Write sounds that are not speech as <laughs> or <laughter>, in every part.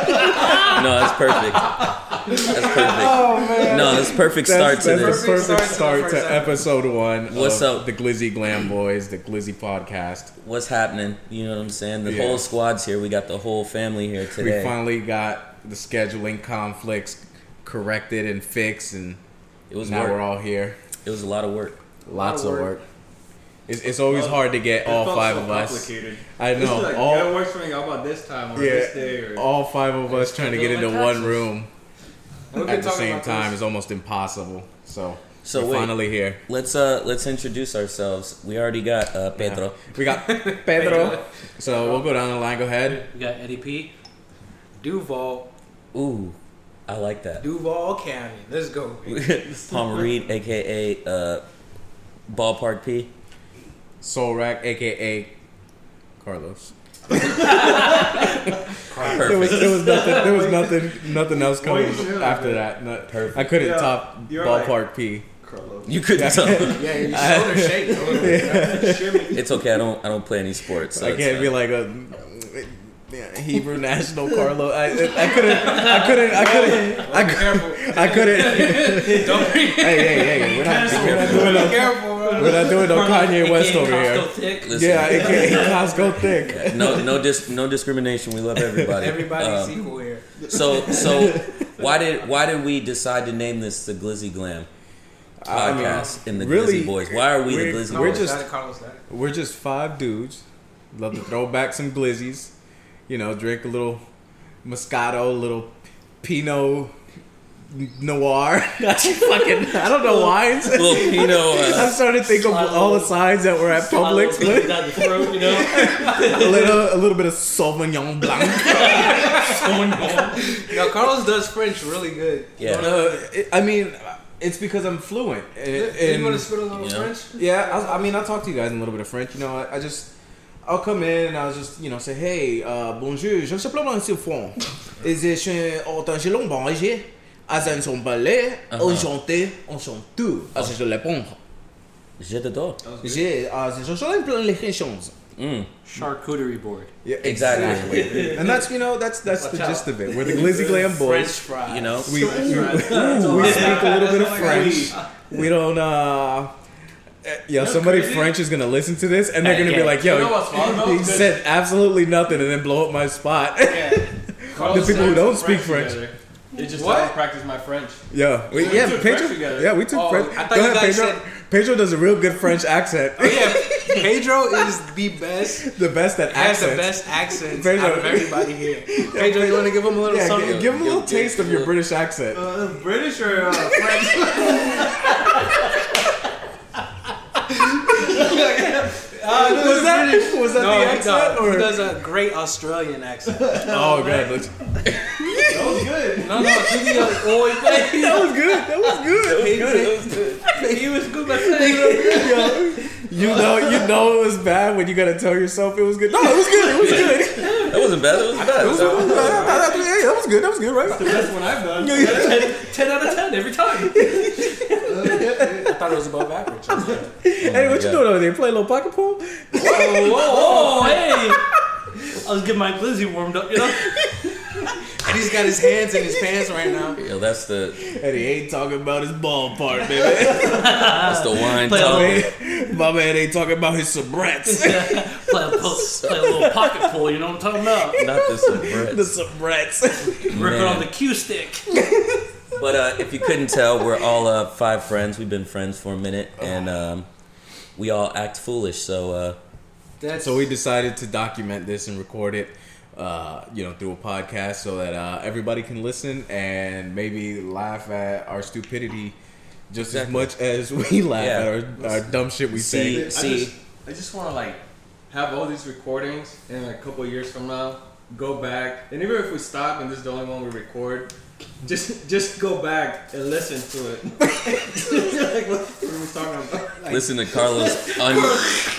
No, that's perfect. That's perfect. Oh man. No, that's perfect start That's, to that's a this. perfect start, Perfect start to the to, first episode one. What's of up? the Glizzy Glam Boys, the Glizzy podcast? What's happening? You know what I'm saying? The Yeah. whole squad's here. We got the whole family here We today. finally got the scheduling conflicts corrected and fixed, and It was now work. we're all here. It was a lot of work. Lots of of work. work. It's, it's always hard to get It all felt five so of us. Complicated. I It's know like, you gotta all work something out about this time or this day yeah, or all five of us trying to get doing into my one taxes. room We've been at the talking same about time this. is almost impossible. So, So we're wait. finally here. Let's uh let's introduce ourselves. We already got uh Pedro. We <laughs> got Pedro. so we'll go down the line. Go ahead. We got Eddie P. Duval, Ooh, I like that. <laughs> Duval County. Let's go. Palmer Reed, aka uh Ballpark P. Solrak, aka Carlos. There was, Perfect. there was nothing. There was <laughs> nothing. Nothing else coming Wait, shit. after that. No, Perfect. I couldn't Yeah, top you're ballpark P. Carlos. You could tell. <laughs> Yeah, your shoulder shake. a little bit. That's a shimmy. It's okay. I don't I don't play any sports. So I it's uh, can't fine. be like a yeah, Hebrew national Carlos. I, I couldn't. I couldn't. I couldn't. I, Be cou- careful. <laughs> I couldn't. hey, Don't be <laughs> hey, hey, hey! We're not, we're not doing be no. careful, bro. We're not doing no Kanye West over here. Thick. Listen, Yeah, aka Costco thick. no no dis- no discrimination. We love <laughs> everybody. Everybody's Um, equal here. So so why did why did we decide to name this the Glizzy Glam I mean, podcast and the really, Glizzy Boys? Why are we the we're- Glizzy we're Boys? just- Not Carlos. Not. We're just five dudes. Love to throw back some glizzies. You know, drink a little Moscato, a little Pinot Noir. <laughs> That's fucking. I don't know wines. <laughs> little Pinot. I'm Uh, starting to think of all the signs that were at Publix. Swallow down the throat, you <laughs> know? <laughs> a little, a little bit of Sauvignon Blanc. Yo, Carlos does French really good. yeah, Uh, it- <laughs> I mean, it's because I'm fluent. Do And- you want to and- spit a little Yeah. French? Yeah, I, I mean, I talk to you guys in a little bit of French. You know, I, I just, I'll come in and I'll just, you know, say, hey, uh, bonjour, je me suis plein sur fond. Et je suis entendu long ah, bonjour. As un son ballet, on chante, on chante tout. As je le prends. je te do. J'ai, ah, as je chante plein les chansons. Charcuterie board. Yeah, Exactly. and that's, you know, that's that's the Watch out. gist of it. We're the Glizzy Glam French boys. fries. You know, We, we, French fries. ooh, we speak a little bit of That's all <laughs> I got. French. We don't, uh, eh, yo, somebody crazy. Uh, French is gonna listen to this and they're gonna be yeah. like, yo, You know what's fun though? He said absolutely nothing and then blow up my spot. <laughs> Yeah. The people who said- don't speak French. They just What? what? practice my <laughs> French. yeah, we, We yeah, took Pedro. French together. yeah, we took Oh, French. I thought Go you ahead, guys Pedro. said- Pedro does a real good French <laughs> accent. Oh yeah, Pedro is the best. the best at Has the accents. best accent Pedro. out of <laughs> everybody here. Pedro, you want to give him a little Yeah, something? give, give him a little Give- taste of your British accent. Uh, British or <laughs> uh, <laughs> French? Uh, <laughs> no, was that British. was that No, the he accent does, he or? does a great Australian accent. No, oh god, that's- That was good. no, give me a uh, <laughs> oh, he played- that was good. That was good. <laughs> he played- He was good, my friend. You know, you know it was bad when you gotta tell yourself it was good. No, it was good. It <laughs> was good. that wasn't bad. That wasn't bad. No, no, no, no, hey, that was good. That was good, right? That's what I've done. 10 out of 10 <laughs> every <laughs> time. I thought it was above average. Hey, what you God. doing over there? Play a little pocket pool? Whoa, Oh, whoa, Oh, hey. I was getting my glizzy warmed up, <laughs> you know? And he's got his hands in his pants <laughs> right now. Yo, that's the And he ain't talking about his ball part, baby. <laughs> that's the wine Play Oh. talk. along. My man ain't talking about his sobrets. Play a, po- play a little pocket pool, you know what I'm talking about? <laughs> Not this <laughs> the subreddit. <laughs> sobrets. Working Man. on the cue stick. But uh, if you couldn't tell, we're all uh, five friends. We've been friends for a minute, Oh. and um, we all act foolish. So uh, That's so we decided to document this and record it, uh, you know, through a podcast so that uh, everybody can listen and maybe laugh at our stupidity just Exactly. as much as <laughs> we laugh Yeah. at our, our dumb shit we See- <laughs> say. I See. just, I just want to like have all these recordings, and like, a couple years from now, go back, and even if we stop and this is the only one we record, just just go back and listen to <laughs> it. like what we were talking about. Like, listen to Carlos. <laughs> Un-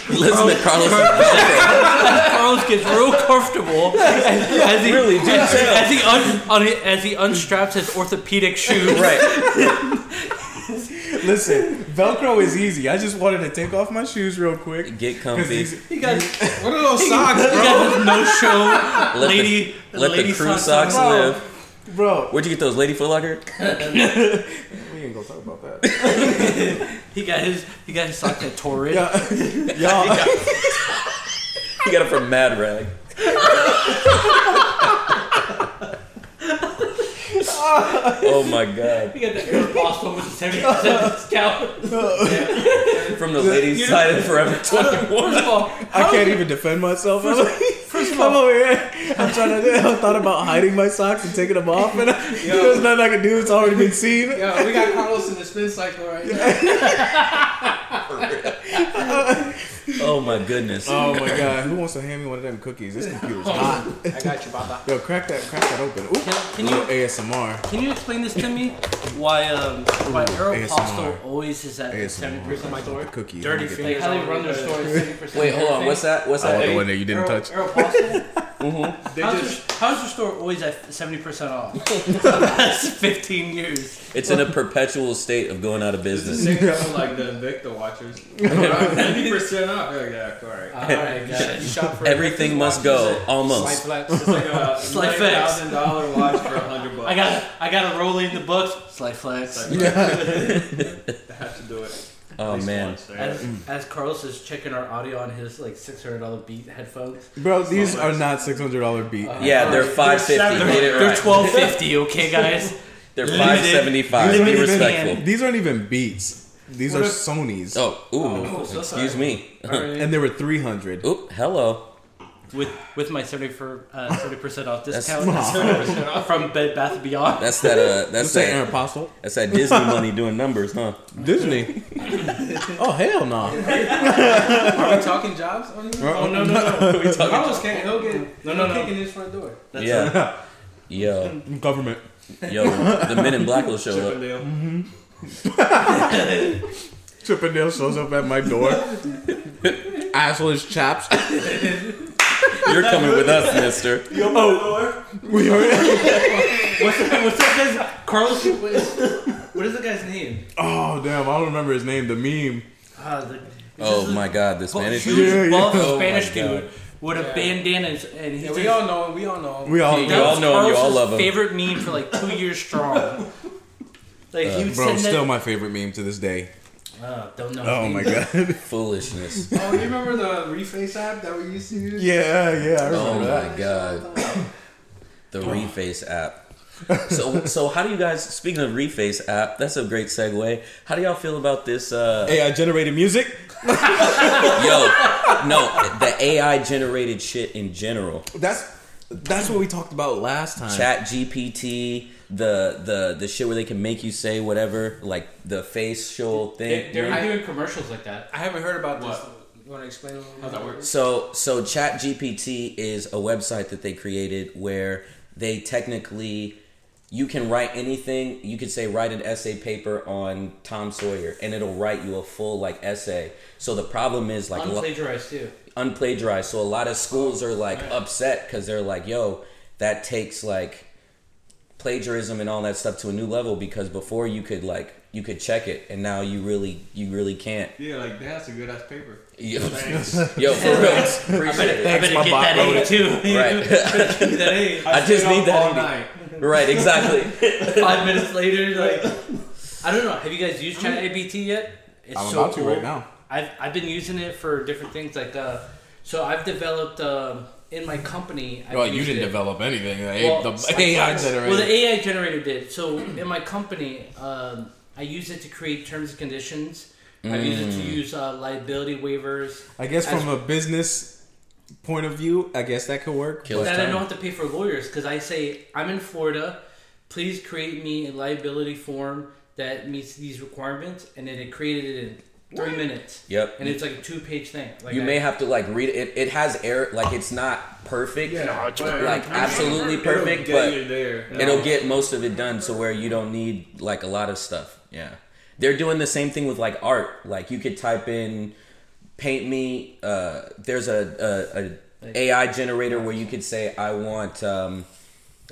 listen Oh, to Carlos. Carlos gets real <laughs> comfortable as he really as, as he <laughs> un, un, as he unstraps his orthopedic shoe. right. Listen, Velcro is easy. I just wanted to take off my shoes real quick. Get 'cause comfy. these- He got, he What are <laughs> those socks, bro? got no show. Let lady, the, let lady the crew socks socks on. live. Bro, Where'd you get those, Lady Foot Locker? we ain't gonna talk about that. He got his, he got his sock that tore <laughs> <laughs> it. Yeah. Y'all, You got it from Mad Rag. oh my god! He got that Air Force One with the seventy percent <laughs> discount. From the ladies' side of Forever Twenty One. First of all, I how- can't even defend myself. I'm, like, I'm over here. I'm trying to. I thought about hiding my socks and taking them off, <laughs> and I, there's nothing I can do. It's already been seen. Yo, we got Carlos in the spin cycle right now. Oh my goodness! Oh my god! Who wants to hand me one of them cookies? This computer's hot. I got you, Baba. Yo, crack that, crack that open. Ooh, Can, can little you ASMR. can you explain this to me? Why um why ASMR. Aeropostale always is at seventy ASMR. percent The store? cookie. Dirty Let me get Like fingers. how they run their stores seventy percent. Wait, hold on. What's that? What's that. I want that? the one that you didn't touch. <laughs> Aeropostale. Mm-hmm. They How's, just your, how's your store always at seventy percent off? That's fifteen years. It's in a perpetual state of going out of It's the business. <laughs> same thing like the Invicta <laughs> watchers. Ninety percent off. You're like, yeah, all right. All right, guys. <laughs> You shop for Everything must go. Slight Almost. flex. It's like <laughs> a It's like facts. thousand dollar watch for a hundred bucks. I got I got a rolling in the books. Slight flex. I have to do it. At Oh least man. once, right? As, as Carlos is checking our audio on his like six hundred dollar beat headphones. Bro, these are not six hundred dollar beat. Yeah, they're five fifty. Made it They're right. twelve fifty, okay guys? They're five seventy five. Limited- Be limited respectful. hand. These aren't even beats. These are Sony's, Oh, Oh, ooh. so Excuse sorry. me. and they were three hundred. Oop. Hello. With with my seventy for seventy percent off That's- discount from Bed Bath and Beyond. <laughs> That's that. Uh. Let's That's say Aaron that. Apostle, That's that Disney money doing numbers, <laughs> huh? <laughs> Disney. oh hell no! Are we talking jobs? on here? oh no no no We talking- Carlos can't. He'll get. No, no, he'll no. Kicking his front door. That's yeah. Yo, <laughs> Government. yo, the men in black will show up. Chippendale. Chippendale shows up at my <laughs> door. Asshole is chaps. <laughs> You're coming with us, mister. We are. What's, the, what's that guy's Carlos? What is, what is the guy's name? Oh damn! I don't remember his name. The meme. Uh, the, Oh my god, this man is huge, Yeah, yeah. buff Oh, my Spanish dude with a bandana and- and he Yeah, just- we all know him. We all know him. We all. You that all was know him, you all Carlos's love him. Favorite meme for like two years <laughs> strong. Like he would Uh, Bro, send still that. my favorite meme to this day. Oh, don't know. Oh his my <laughs> name. god. <laughs> foolishness. Oh, you remember the reface app that we used to use? Yeah, yeah, I remember Oh that. my god, the Reface <laughs> app. So, so how do you guys? Speaking of Reface app, that's a great segue. How do y'all feel about this? Uh, AI generated music. yo, no, the AI generated shit in general. That's that's what we talked about last time. Chat GPT, the the the shit where they can make you say whatever, like the facial They, thing. they're I- doing commercials like that. I haven't heard about this. What? You want to explain a little How's that work? So so ChatGPT is a website that they created where they technically you can write anything. You could say write an essay paper on Tom Sawyer, and it'll write you a full like essay. So the problem is like a lo- Unplagiarized too. unplagiarized. So a lot of schools are like upset because they're like, yo, that takes like plagiarism and all that stuff to a new level because before you could like you could check it and now you really you really can't <laughs> Yeah, like that's a good ass paper. <laughs> yo, Thanks. yo for <laughs> real appreciate it. I Thanks, better my get bot that wrote A it. too. <laughs> Right. Better get that A. I just Stayed need up that all in me. night. Right, exactly. Five minutes later, <laughs> like I don't know. Have you guys used ChatGPT yet? It's I'm so about to cool. right now. I've I've been using it for different things. Like uh, so I've developed um in my company. I've Well, you used didn't it. develop anything. The, Well, the <laughs> AI generated. Well, the AI generator did. So in my company, um, I use it to create terms and conditions. I use it Mm. to use uh, liability waivers. I guess from a business point of view, I guess that could work. Kill that I time. don't have to pay for lawyers because I say I'm in Florida. Please create me a liability form that meets these requirements, and then it created it in three minutes. Yep. And it's like a two-page thing. Like You I- may have to like read it. It has error, like it's not perfect, like absolutely perfect, It'll get but you there. it'll get most of it done to where you don't need like a lot of stuff. Yeah, they're doing the same thing with like art. Like you could type in "paint me." Uh, there's a, a, a AI generator where you could say, "I want." Um,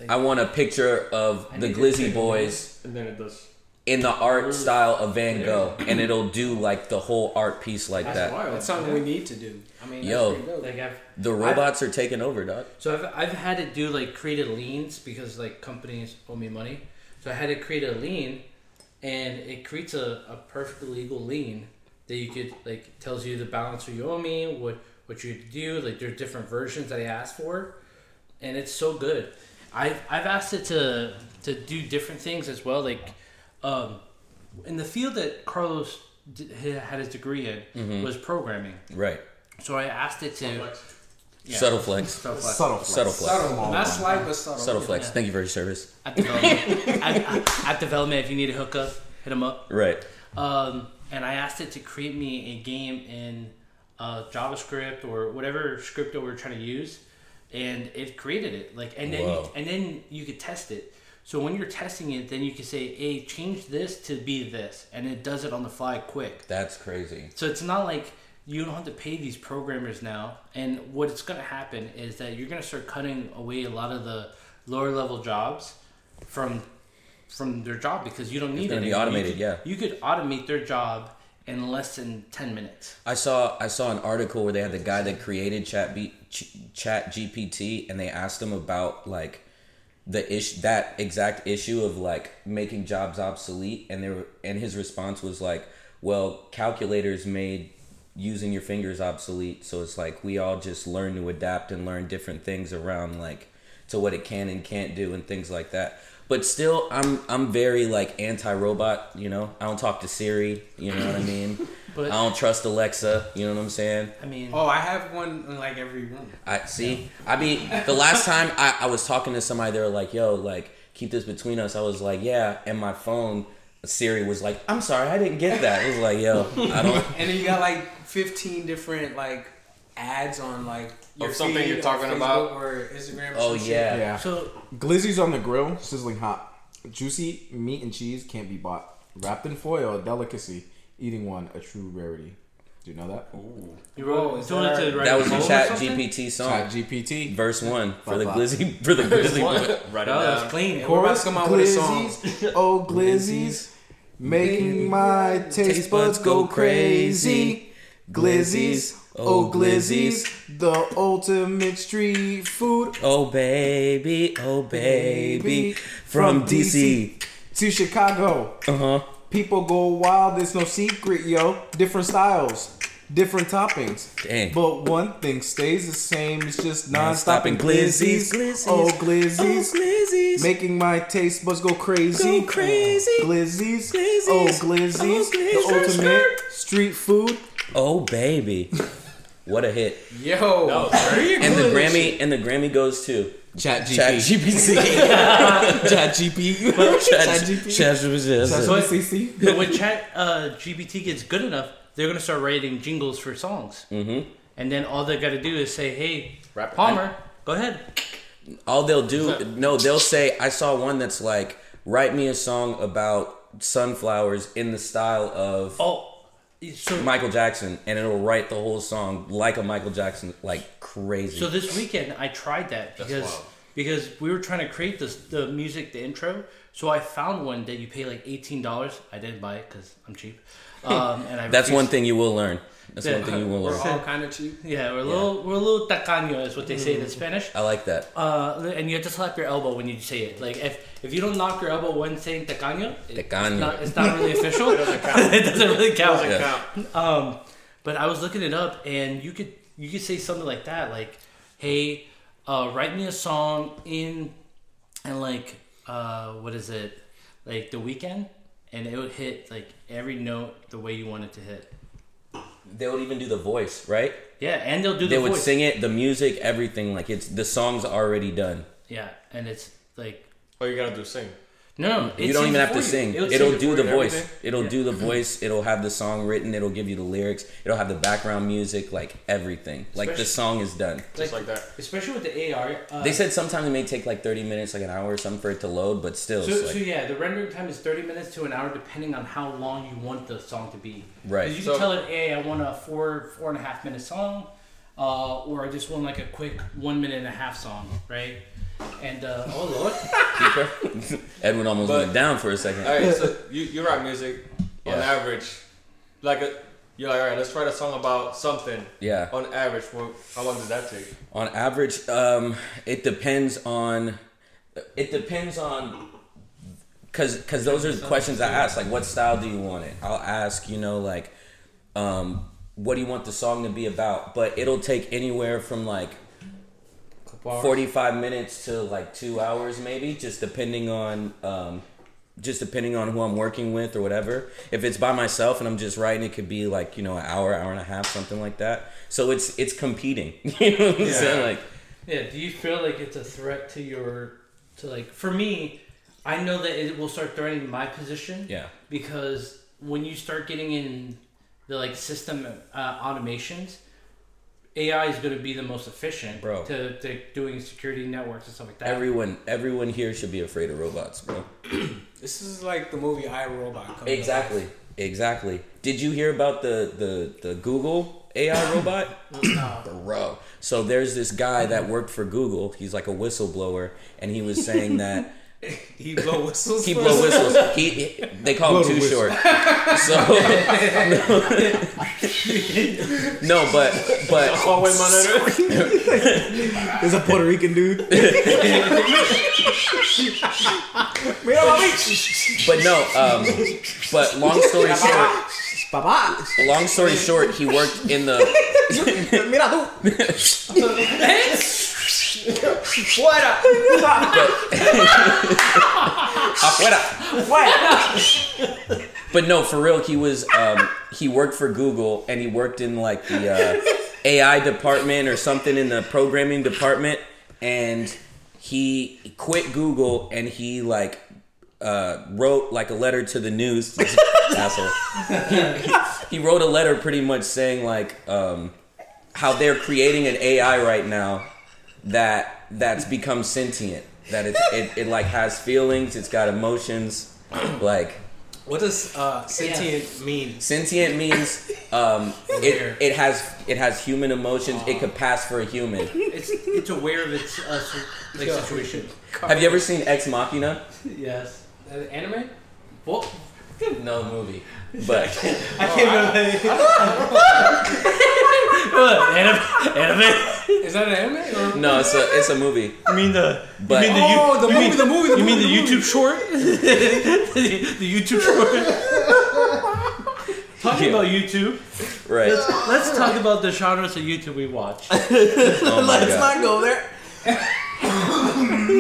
I want a picture of the need to Glizzy take a Boys And then it does. in the art style of Van Gogh, and it'll do like the whole art piece like That's that. wild. That's something we need to do. I mean, Yo. that's pretty dope. Like I've The robots are taking over, dog. So I've, I've had to do like create a liens because like companies owe me money. So I had to create a lien and it creates a, a perfectly legal lien that you could like tells you the balance you owe me, what what you do, like there's different versions that I asked for. And it's so good. I've I've asked it to to do different things as well, like um in the field that Carlos d- had his degree in was programming. Right. So I asked it to Yeah. Subtle flex. Stuff like- Subtle flex. Subtle flex. Subtle, Not slight, but subtle. flex. Thank you for your service. at development. at, at, at development, if you need a hookup, hit them up. Right. Um, and I asked it to create me a game in uh, JavaScript or whatever script that we're trying to use, and it created it. Like, and then you, Wow. and then you could test it. So when you're testing it, then you can say, "Hey, change this to be this," and it does it on the fly, quick. That's crazy. So it's not like you don't have to pay these programmers now. And what's going to happen is that you're going to start cutting away a lot of the lower level jobs from from their job because you don't need it. gonna be anymore. You automated, could- yeah. You could automate their job in less than ten minutes. I saw I saw an article where they had the guy that created Chat B, Ch- Chat GPT, and they asked him about like the ish that exact issue of like making jobs obsolete, and they were, and his response was like, "Well, calculators made using your fingers obsolete, so it's like we all just learn to adapt and learn different things around like to what it can and can't do and things like that." But still, I'm I'm very like anti-robot. You know, I don't talk to Siri. You know what I mean? But- I don't trust Alexa. You know what I'm saying? I mean, Oh, I have one in like every room. I see. I be the last time I, I was talking to somebody, they were like, "Yo, like keep this between us." I was like, "Yeah," and my phone Siri was like, "I'm sorry, I didn't get that." It was like, "Yo, I <laughs> don't." And then you got like 15 different like ads on like Of something feed you're on talking Facebook about. or Instagram. or Oh some shit. yeah. Yeah. so Glizzy's on the grill, sizzling hot. Juicy meat and cheese can't be bought. Wrapped in foil, a delicacy. Eating one, a true rarity. Do you know that? you wrote, Oh, is told it that- to write That was a the poem or Chat something? GPT song, Chat GPT. verse one for the Bye-bye. glizzy for the glizzy. <laughs> <laughs> Right Oh, that was clean. We're about to come out with a song. Glizzies, oh Glizzies, making my taste buds go crazy. Glizzies, oh Glizzies, the ultimate street food. Oh baby, oh baby, from From DC. To Chicago, Uh huh. people go wild. It's no secret, yo. Different styles, different toppings. Dang. But one thing stays the same. It's just Non-stop non-stop and and glizzies, glizzies, glizzies, oh Oh glizzies, glizzies, Making my taste buds go crazy. Go crazy. Glizzies. Glizzies. Oh, glizzies. Oh, glizzies. The ultimate street food. oh <laughs> baby. What a hit! Yo. And the Grammy and the Grammy goes to Chat GPT. Chat GPT. Chat GPT. Chat- GPT. Chat GPT. But when Chat uh, GPT gets good enough, they're gonna start writing jingles for songs. Mm-hmm. And then all they gotta do is say, "Hey, Rap it. Palmer, go ahead." All they'll do, no, they'll say, I saw one that's like, write me a song about sunflowers in the style of Oh, so Michael Jackson, and it'll write the whole song like a Michael Jackson, like crazy. so this weekend I tried that because wild. because we were trying to create this the music the intro. So I found one that you pay like eighteen dollars. I didn't buy it because I'm <laughs> cheap. Um, and I that's one refuse- thing you will learn. That's one Yeah. thing you will We're learn. all kind of cheap. Yeah, we're a little we're a little tacaño is what they Mm-hmm. say in Spanish. I like that. Uh, and you have to slap your elbow when you say it. Like if if you don't knock your elbow when saying tacaño, it- Tacaño. It's, not, it's not really <laughs> official. it doesn't count. it doesn't really count. Yeah. Um, but I was looking it up, and you could you could say something like that, like, "Hey, uh, write me a song in," and like, uh, what is it, like the weekend, and it would hit like every note the way you want it to hit. They would even do the voice, right? Yeah, and they'll do the They would voice. sing it, the music, everything. Like it's the song's already done. Yeah, and it's like Oh, you gotta do sing. no, it you don't sings even it have for to you. sing. It'll It'll, sing it do for the you. voice. everything. It'll do <clears throat> the voice. It'll have the song written. It'll give you the lyrics. It'll have the background music, like everything. Like the Especially- song is done. Just like <laughs> that. especially with the AR. Uh, They said sometimes it may take like 30 minutes, like an hour or something for it to load, but still, So, it's so like, <laughs> yeah, the rendering time is 30 minutes to an hour, depending on how long you want the song to be. Right. 'Cause you So- can tell it, hey, I want a four, four and a half minute song. uh, or I just want like a quick one minute and a half song, right? And uh, oh <laughs> lord, Edwin almost But- went down for a second. All right, so you, you rock music on Yeah. average. Like, a, you're like, all right, let's write a song about something. Yeah. On average, well, how long does that take? On average, um, it depends on. It depends on. Cause, cause those are the questions I ask. Like, what style do you want it? I'll ask, you know, like, um, what do you want the song to be about? But it'll take anywhere from like forty-five minutes to like two hours, maybe, just depending on, um, just depending on who I'm working with or whatever. If it's by myself and I'm just writing, it could be like you know an hour, hour and a half, something like that. So it's it's competing. <laughs> you know what I'm saying? Like, yeah. Do you feel like it's a threat to your to like? For me, I know that it will start threatening my position. Yeah. Because when you start getting in the like system uh, automations, AI is going to be the most efficient Bro. to to doing security networks and stuff like that. Everyone, everyone here should be afraid of robots, bro. This is like the movie I Robot. coming up. Exactly, exactly. Did you hear about the the the Google <coughs> AI robot? bro. So there's this guy that worked for Google. He's like a whistleblower, and he was saying that. <laughs> He blow whistles. He for blow us? whistles. He, he- they call him too Blow the whistle. short. <laughs> So <laughs> no, but but Hallway monitor. There's a Puerto Rican dude. <laughs> Mira, mami. but no. Um, but long story short, Papá. long story short, he worked in the <laughs> Mira tú. Fuera. <laughs> afuera. Fuera. But no, for real, he was um, he worked for Google and he worked in like the uh, AI department or something in the programming department, and he quit Google and he like uh, wrote like a letter to the news asshole. He, he wrote a letter pretty much saying like um, how they're creating an AI right now that that's become sentient, that it it, it like has feelings, it's got emotions, like. What does uh, sentient mean? Sentient means um, it it has it has human emotions. It could pass for a human. It's it's aware of its uh, si- like situation. Have you ever seen Ex Machina? Yes. Uh, anime? Well, No movie, but oh, I can't <laughs> remember. anime, anime. Is that an anime? Or? no, it's a it's a movie. You mean the? But mean the- Oh, the movie, the movie, the movie. the movie. <laughs> short? the, YouTube <laughs> short. Talking about YouTube, right, let's talk about the genres of YouTube we <laughs> watch. oh my Let's god, not go there.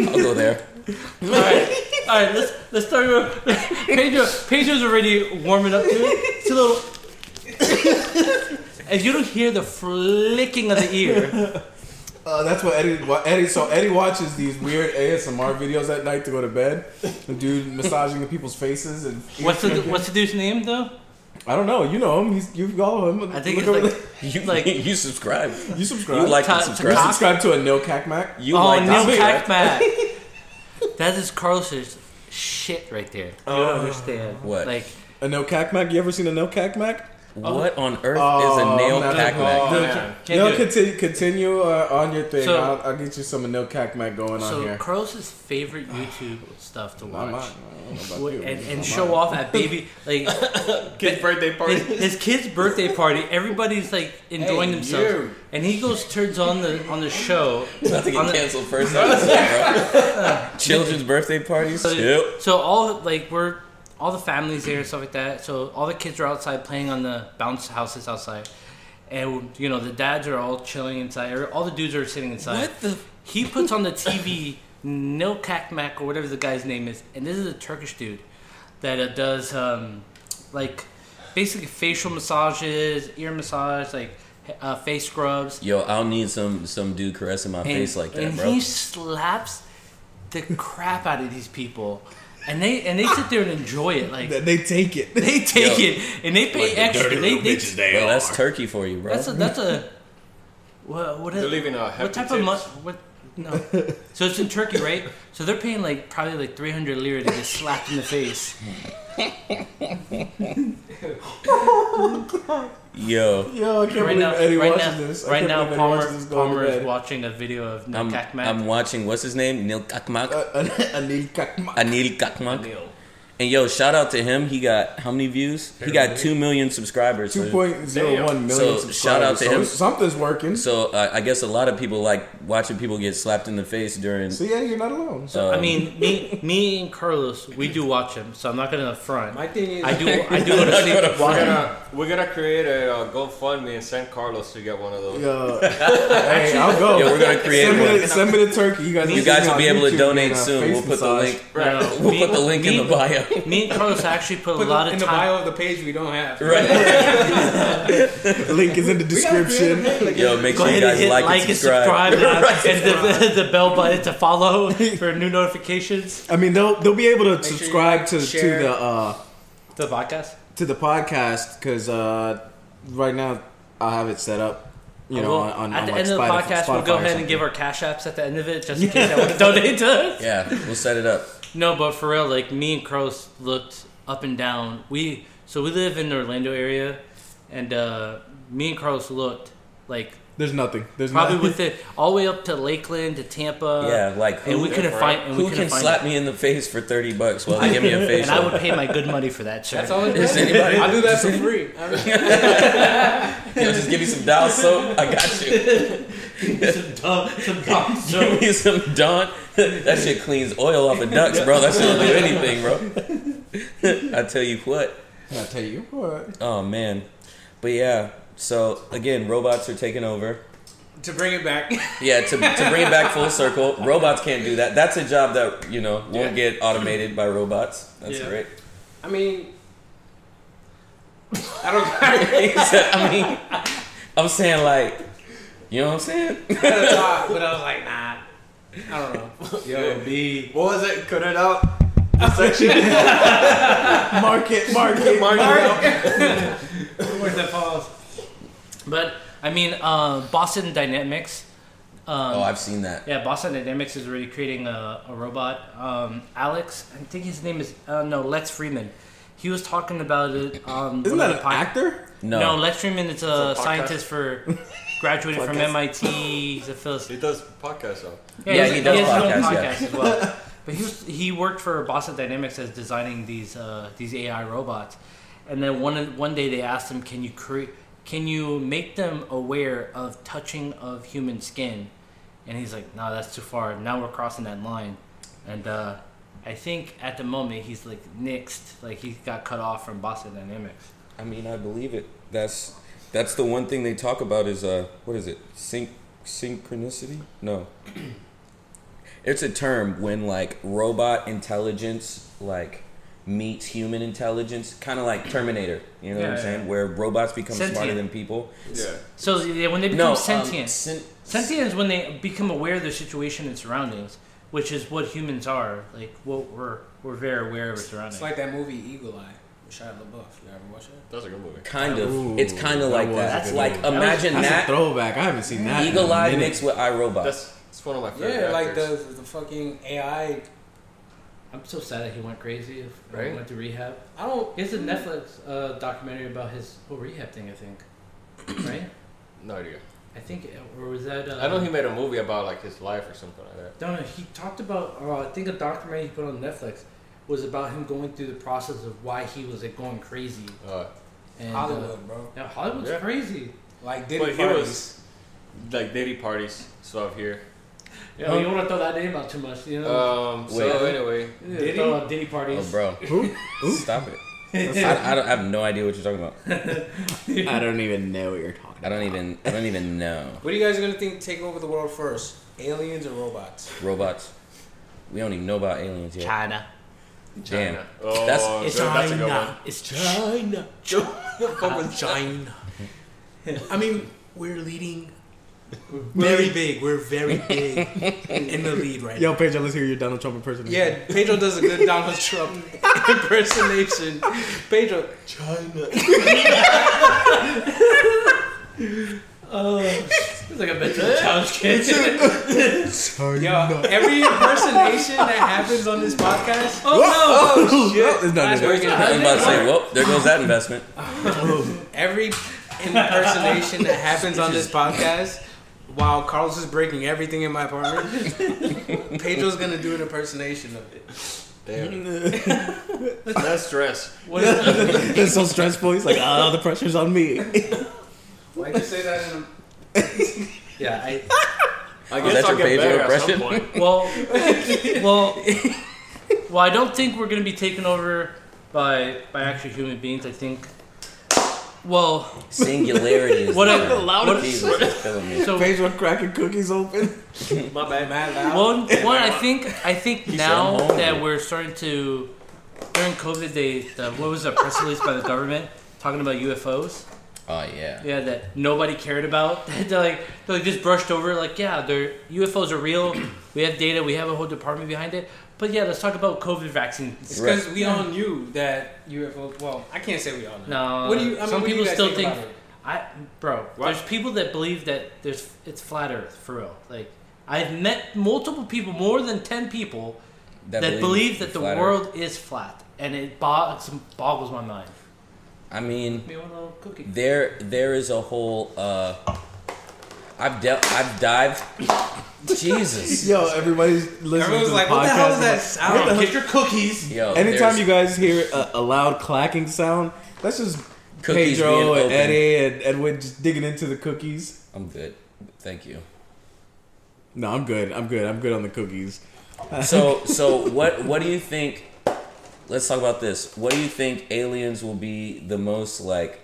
I'll go there. All right, all right. Let's let's start with <laughs> Pedro. Pedro's already warming up to it. It's a little. if you don't hear the flicking of the ear, Uh, that's what Eddie, wa- Eddie. So Eddie watches these weird ASMR videos at night to go to bed. The dude massaging the people's faces and what's the what's the dude's name though? I don't know. You know him. He's, you follow him. I think Look it's over <laughs> <laughs> You Like- like you subscribe. there. you subscribe. You like and Ta- you subscribe. Takaka? subscribe to a Nil Mac. You oh, like and Neil <laughs> subscribe. Cashman. that is Carlos's shit right there. You Oh. don't understand. What? Like A Nil Mac. You ever seen a Nil Mac? Oh. What on earth is Oh, a nail I'm not- cack <laughs> Oh, mag? No, man. can't No, do it. continue, continue uh, on your thing. So- I'll, I'll get you some Nil Mac going on so here. Carlos's favorite YouTube stuff to Not mine. watch. I don't know about you. And, and Not show mine. off at baby like <laughs> Kid's birthday party. his, his kid's birthday party. Everybody's like enjoying Hey, themselves, you. and he goes turns on the on <laughs> the show. About to on get the- <laughs> canceled first. episode, bro. Children's birthday parties. So, Yep. so all like we're all the families there and stuff like that. So all the kids are outside playing on the bounce houses outside, and you know the dads are all chilling inside. Or all the dudes are sitting inside. What the? He puts on the TV Nil Kakmak or whatever the guy's name is, and this is a Turkish dude that uh, does um, like basically facial massages, ear massage, like h- uh, face scrubs, Yo, I'll need some some dude caressing my face like that, and bro. he slaps the crap out of these people, and they and they sit there and enjoy it. Like That They take it. they take Yo. it and they pay extra. They, they, Bro, that's turkey for you, bro. that's a that's a what what, They're leaving out hefty what type of tips. money? What no? So it's in Turkey, right? So they're paying like probably like three hundred lira to <laughs> get slapped in the face. Yo, Yo, I can't Right believe now, Eddie right watches now, this. I right can't now, believe Eddie Palmer, watches this going to Palmer is bed. <laughs> watching a video of Neil I'm, I'm Kakmak. watching what's his name Neil Kakmak, Uh, uh, Anil Kakma. Anil Kakmak, Neil. and yo, shout out to him. He got how many views? He got two million subscribers. so- 2.01 million So, shout out subscribers. to So him. Something's working. So, So uh, I guess a lot of people like watching people get slapped in the face during. yeah, you're not alone. So, um, I mean, me, me and Carlos, we do watch him, so I'm not gonna front. My thing is, I do, I do go to sleep We're watching. gonna, we're gonna create a uh, GoFundMe and send Carlos to get one of those. Yo, <laughs> hey, I'll go. Yo, we're gonna create send me, one. the, send me the turkey. You guys, you guys will be able to uh, uh, donate soon. We'll put the link. No, no, We'll me- put the link in me- the bio. Me and Carlos actually put a Put lot in of the time. bio of the page we <laughs> don't have. Right. <laughs> The link is in the description. Yo, make Go sure you ahead and guys hit like, and subscribe. and the, the bell button to follow for new notifications. I mean, they'll they'll be able to sure you subscribe to to share. the uh, The podcast. to the podcast because uh, right now I have it set up. You know, We'll- on, on at the on, like, end of the Spotify- podcast, we'll Spotify go or ahead something. and give our cash apps at the end of it, just in case that want to donate to us. Yeah, we'll set it up. No, but for real, like me and Kroos looked up and down. We so we live in the Orlando area, and uh, me and Kroos looked like There's nothing. There's probably nothing. within all the way up to Lakeland to Tampa. Yeah, like who, Uh, and we couldn't find. And we who couldn't can find slap me in the face for thirty bucks while they give me <laughs> a And I would facial? pay my good money for that shit. That's all it Is is. anybody? I do that for free. I mean, Yo, just give me some dial soap. I got <laughs> you. some dumb <laughs> Give me some Dawn. <laughs> that shit cleans oil off of ducks, bro. That shit don't do anything, bro. <laughs> I tell you what. I tell you what. Oh man, but yeah. So again, robots are taking over. to bring it back. <laughs> Yeah, to, to bring it back full circle, robots can't do that. That's a job that you know won't get automated by robots. That's Yeah. great. I mean, <laughs> I don't. <laughs> <laughs> I mean, I'm saying like, you know what I'm saying? <laughs> but I was like, nah. I don't know. Yo, B. What was it? Cut it <laughs> out. <laughs> Market, market, Where's that pause? But I mean, uh, Boston Dynamics. Um, Oh, I've seen that. Yeah, Boston Dynamics is already creating a, a robot. Um, Alex, I think his name is uh, no Lex Freeman. He was talking about it on Isn't one that of an the pod- actor? No, No. Lex Freeman is a, It's a podcast. scientist for graduated from MIT. He's a philosopher. He does podcasts though. Yeah, he's- he does has his own podcasts, yeah. podcast as well. <laughs> But he was, he worked for Boston Dynamics as designing these uh, these AI robots, and then one one day they asked him, "Can you create? Can you make them aware of touching of human skin?" And he's like, "No, that's too far. Now we're crossing that line." And uh, I think at the moment he's like nixed, like he got cut off from Boston Dynamics. I mean I believe it. That's that's the one thing they talk about is uh what is it sync synchronicity? No, <clears throat> it's a term when like robot intelligence like meets human intelligence, kind of like Terminator. You know what I'm Yeah, saying? Where robots become smarter Sentient. than people. Yeah. So yeah, when they become No, um, sentient, sen- Sentient is when they become aware of their situation and surroundings, which is what humans are. Like, what we're we're very aware of our surroundings. It's like that movie Eagle Eye with Shia LaBeouf. You ever watch it? That's a good movie. Kind of. Ooh, it's kind of that like was that. a That's good like one. imagine That's a that. throwback. I haven't seen that. in Eagle a Eye minute. mixed with iRobot. That's it's one of my favorite. Yeah, like the, actors. the fucking AI. I'm so sad that he went crazy. If Right? Went to rehab. I don't. It's a Netflix uh, documentary about his whole rehab thing. I think, right? No idea. I think, or was that? Uh, I know he made a movie about like his life or something like that. No, no, he talked about. Uh, I think a documentary he put on Netflix was about him going through the process of why he was like going crazy. Uh, And, uh, Hollywood, bro. yeah, Hollywood's Yeah. crazy. Like but Diddy he parties. was like daily parties stuff here. Yeah, you don't want to throw that name out too much, you Uh, know. Um. So Mm. Wait. anyway, Yeah, Diddy? throw out Diddy oh, parties. bro. Stop it. I, I, don't, I have no idea what you're talking about. I don't even know what you're talking I about. don't even. I don't even know. What do you guys gonna think take over the world first? Aliens or robots? Robots. We don't even know about aliens yet. China. Damn. China. Oh, That's- so that's a good one. It's China. <laughs> China. <laughs> China. I mean, we're leading very big. We're <laughs> very big in the lead right Yo, Pedro, let's hear your Donald Trump impersonation. Yeah, Pedro does a <laughs> good Donald Trump impersonation. Pedro, China. It's like a bedtime challenge kid. <laughs> <laughs> Yo, every impersonation that happens on this podcast, Oh, no! shit. It's not That's in there. working. I was about to say, well, there goes that investment. every impersonation that happens on this podcast while Carlos is breaking everything in my apartment. Pedro's gonna do an impersonation of it. <laughs> That's stress. What is, It's so stressful. <laughs> He's like, ah, the pressure's on me. Why'd you say that in a <laughs> yeah, I I that Oh, your I'll get Pedro better at some impression? point. well, well, well. I don't think we're gonna be taken over by by actual human beings. I think. Well, Singularity is What a- there. loud as Jesus is killing me. so Pedro cracking cookies open. My bad. mad loud? one one. I think I think now hungry. that we're starting to during COVID, they the, what was a press release by the government talking about UFOs. Oh yeah. Yeah, that nobody cared about. <laughs> they're like they're like just brushed over. Like, yeah, they're UFOs are real. <clears throat> We have data. We have a whole department behind it. But yeah, let's talk about COVID vaccines. It's because we all knew that UFO. Well, I can't say we all knew. No, What do you? I mean, some what do you people guys still think. think. about it? I, bro, What? there's people that believe that there's it's flat Earth for real. Like, I've met multiple people, more than ten people, that, believe, that the flat earth. world is flat, and it boggles, boggles my mind. I mean, Give me one little cookie. there there is a whole. uh I've del- I've dived. <laughs> Jesus. Yo, everybody's listening Everyone's to the like, podcast. "What the hell is that I'm like, sound? what the Get your cookies." Yo, hell- Anytime there's you guys hear a, a loud clacking sound, that's just Cookies being Pedro and opened. Eddie and Edwin just digging into the cookies. I'm good. Thank you. No, I'm good. I'm good. I'm good on the cookies. So <laughs> so what what do you think? Let's talk about this. What do you think aliens will be the most like?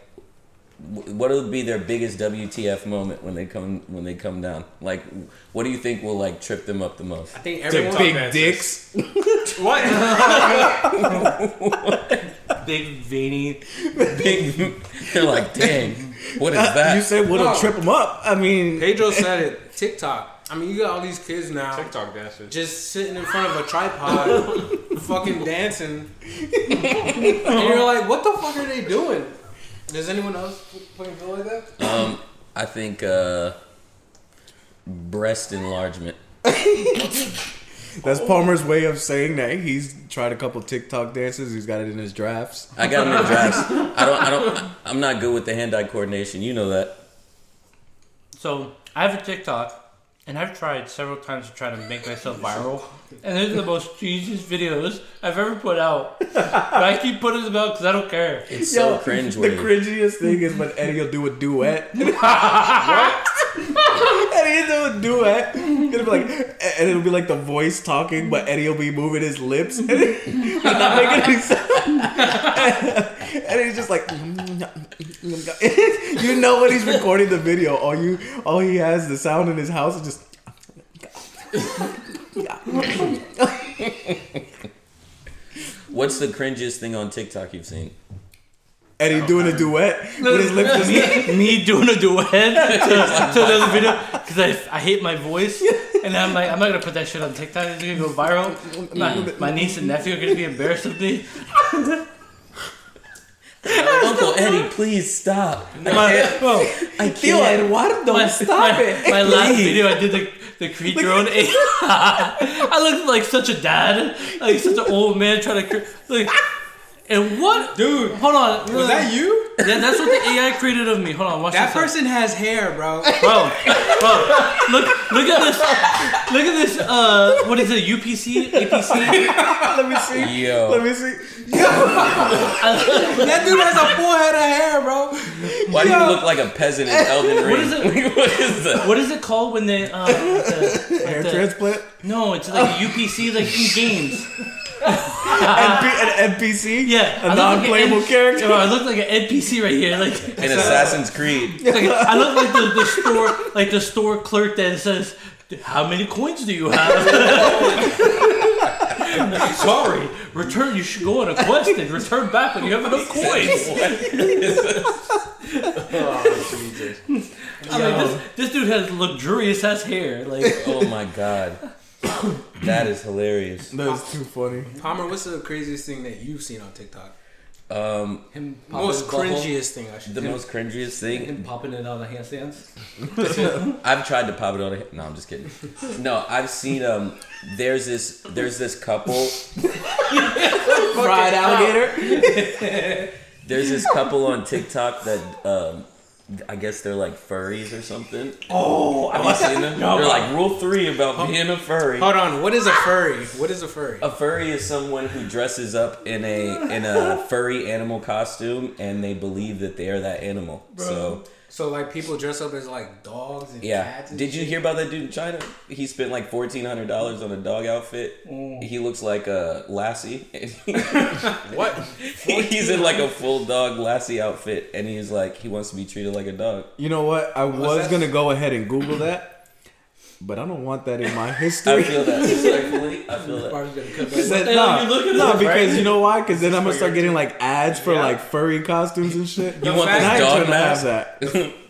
wh- What will be their biggest WTF moment when they come when they come down? Like, what do you think will like trip them up the most? I think They're everyone. big answers. dicks. <laughs> What? Big veiny. <laughs> They're like, dang, what is <laughs> You that? said what'll No. trip them up. I mean, Pedro said it. TikTok. I mean, you got all these kids now TikTok dancers. just sitting in front of a tripod, fucking dancing, and you're like, "What the fuck are they doing?" Does anyone else fucking feel like that? Um, I think uh, breast enlargement. that's Palmer's way of saying that he's tried a couple TikTok dances. He's got it in his drafts. I got an address. I don't. I don't. I'm not good with the hand-eye coordination. You know that. So I have a TikTok, and I've tried several times to try to make myself viral, and these are the most cheesiest videos I've ever put out. But I keep putting them out because I don't care. It's Yo, so cringe. The cringiest thing is when Eddie will do a <laughs> duet. Eddie will do a duet. It'll be like, and it'll be like the voice talking, but Eddie will be moving his lips, <laughs> and it- but not making any sound. <laughs> And he's just like, you know when he's recording the video, all you, all he has the sound in his house is just. What's the cringiest thing on TikTok you've seen? Eddie doing a duet with his lips just me, me doing a duet to, to another video because I, I hate my voice and I'm like I'm not gonna put that shit on TikTok it's gonna go viral my, my niece and nephew are gonna be embarrassed of me Uncle Eddie, please stop. my, bro, I Tío can't. Eduardo, <laughs> my, stop my, it. my last please. video I did the the creed drone <laughs> I looked like such a dad like such an old man trying to cre- like and what Dude, hold on was that you? That- that's what the AI created of me hold on watch That this up. person has hair, bro. bro, bro, look, look at this, look at this. Uh, what is it? UPC, APC. Let me see. Let Yo, me see. That dude has a full head of hair, bro. why do you look like a peasant in Elden Ring? <laughs> What is it- what is that? What is it called when they? Uh, the, Hair like the- transplant. no, it's like UPC, like in games. NP- an NPC. Uh, Yeah, A I look like an non-playable N- character. <laughs> Bro, I look like an NPC right here. Like, In Assassin's Creed. like I look like the, the store, like the store clerk that says, "How many coins do you have?" <laughs> Sorry, return. You should go on a quest and return back when you have enough coins. I mean, this, this dude has luxurious ass hair. Like, Oh my god. That is hilarious. That's too funny. Palmer, what's the craziest thing that you've seen on TikTok? Um, him Most cringiest thing I should. the most cringiest thing Him popping it on the handstands. I've tried to pop it on. A, no, I'm just kidding. No, I've seen um. There's this there's this couple Fried alligator. There's this couple on TikTok that um, I guess they're like furries or something. Oh, I Have you seen them? No. They're like rule three about being a furry. Hold on. What is a furry? What is a furry? A furry is someone who dresses up in a in <laughs> a furry animal costume and they believe that they are that animal. So So like people dress up as like dogs and yeah. cats. And Did you shit? hear about that dude in China? He spent like fourteen hundred dollars on a dog outfit. Mm. He looks like a <laughs> lassie. <laughs> what? he's in like a full dog lassie outfit and he's like he wants to be treated like a dog. You know what? I was that- gonna go ahead and Google that, but I don't want that in my <laughs> history. I feel <laughs> that. Respectfully, I feel that. Barbie's gonna cut back. Is that- hell nah, you looking nah, at, because right? you know why? Because then I'm gonna start your getting like ads for Yeah. like furry costumes and shit. You want and this I ain't dog tryna have mask? that?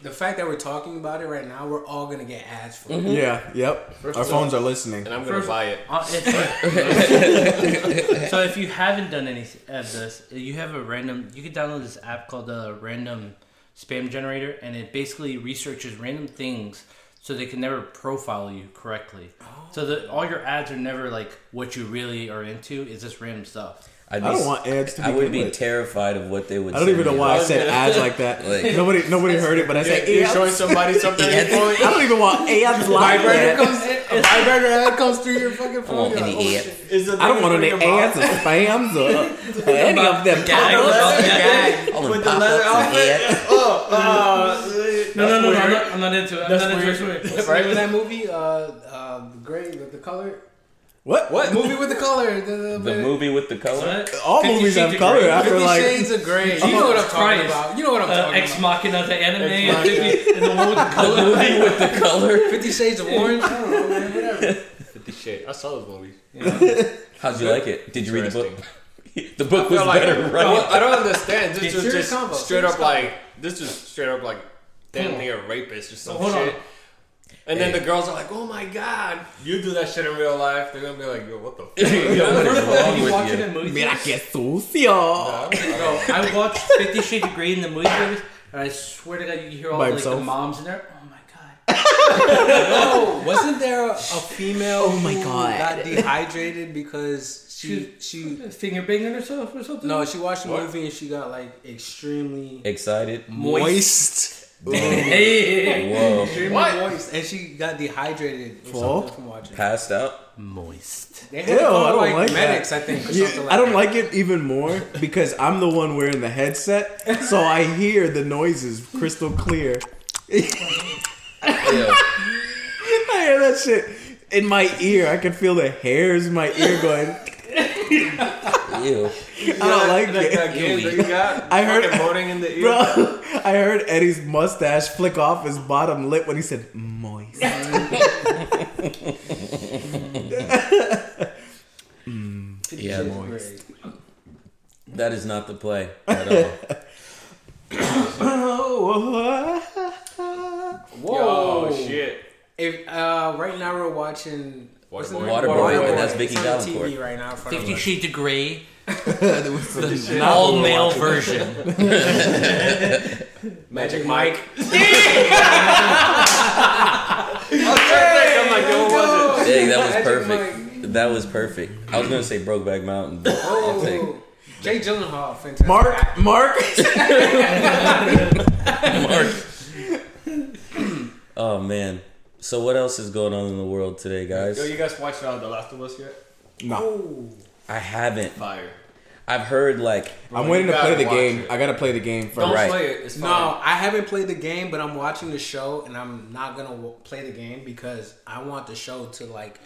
The fact that we're talking about it right now, we're all gonna get ads for it. Yeah, yep. Our phones are listening. And I'm gonna First- buy it. Uh, if- <laughs> so if you haven't done any of this, you have a random. You can download this app called the Random Spam Generator, and it basically researches random things so they can never profile you correctly. So that all your ads are never like what you really are into. Is just random stuff. I'd I don't want ads to I would be begin with. terrified of what they would. I don't send even know me. why I said ads like that. Like- nobody, nobody heard it, but I said You're ads. <laughs> showing somebody something. I don't even <laughs> want ads like Vibrator that. comes in. <laughs> A vibrator ad comes through your fucking I phone. want you're like, any oh, ad. shit. I don't want any ads or spams <laughs> or, or any of them. oh, All them <laughs> pop-ups and ads. Oh, uh, <laughs> No, no, no, no, I'm not, I'm not into it. I'm not into <laughs> it. Right with that movie, uh, uh, the gray with the color. What? What? Movie with the color. The, the, The movie with the color. What? All Fifty movies Shades have of color. Grey. I feel Fifty like Shades of Grey. You know Jesus what I'm talking Christ. about. You know what I'm Uh, talking Ex about. Machina, the anime, and <laughs> 50 and the one with the The color. movie with the color. Fifty Shades of Orange. I don't know, man. <laughs> Whatever. <laughs> Fifty Shades. I saw those movies. How'd you like it? Did you read the book? Interesting. the book <laughs> was They're like, better, I don't- <laughs> right? I don't understand. This It's was serious just combo, straight serious up like this was straight up like damn near rapist or some Hold on. shit. And then Hey. the girls are like, "Oh my god, you do that shit in real life." They're gonna be like, "Yo, what <laughs> the fuck?" Yo, what is You wrong watching with you? that movie? Mira que sucio. Bro, <laughs> I watched Fifty Shades of Grey in the movie theaters, and I swear to God, you hear all By like, the himself? moms in there. Oh my god! Oh, wasn't there a, a female? Oh my who God. Got dehydrated because she she. Finger banging herself or <laughs> something? No, she watched the movie and she got like extremely Excited. moist. Hey, Whoa. Extremely What? moist, and she got dehydrated or Full? something from watching. Passed out. moist. They Ew, had to I call don't like, like that. medics, I think, or Yeah, something like I don't that. like it even more because I'm the one wearing the headset, so I hear the noises crystal clear. Yeah. <laughs> I hear that shit in my ear. I can feel the hairs in my ear going. Ew. I don't like that, it, that game that you got. I heard- Fucking moaning in the ear. bro. <laughs> I heard Eddie's mustache flick off his bottom lip when he said moist. <laughs> Yeah, Shit's moist. great. That is not the play at all. Whoa! Yo, shit. If uh, right now we're watching what's the name? Waterboy. Waterboy. Waterboy, and that's Vicky It's on TV Davenport. right now. in Oh, front of Fifty us. Shades <laughs> of Grey, Not all the male watch. version. Magic Mike. I'm like, yo, what was it? Dang, that was Magic perfect. That was perfect. I was gonna say Brokeback Mountain. But I'll take Oh, Jay Gyllenhaal, fantastic. Mark, Mark. Mark. Oh man. So what else is going on in the world today, Yo, guys? you guys watched uh, The Last of Us yet? <laughs> no, Oh, I haven't. Fire. I've heard like I'm waiting to You gotta play the watch game. it. I gotta play the game first. Don't Right. play it. It's fine. no, I haven't played the game, but I'm watching the show, and I'm not gonna w- play the game because I want the show to like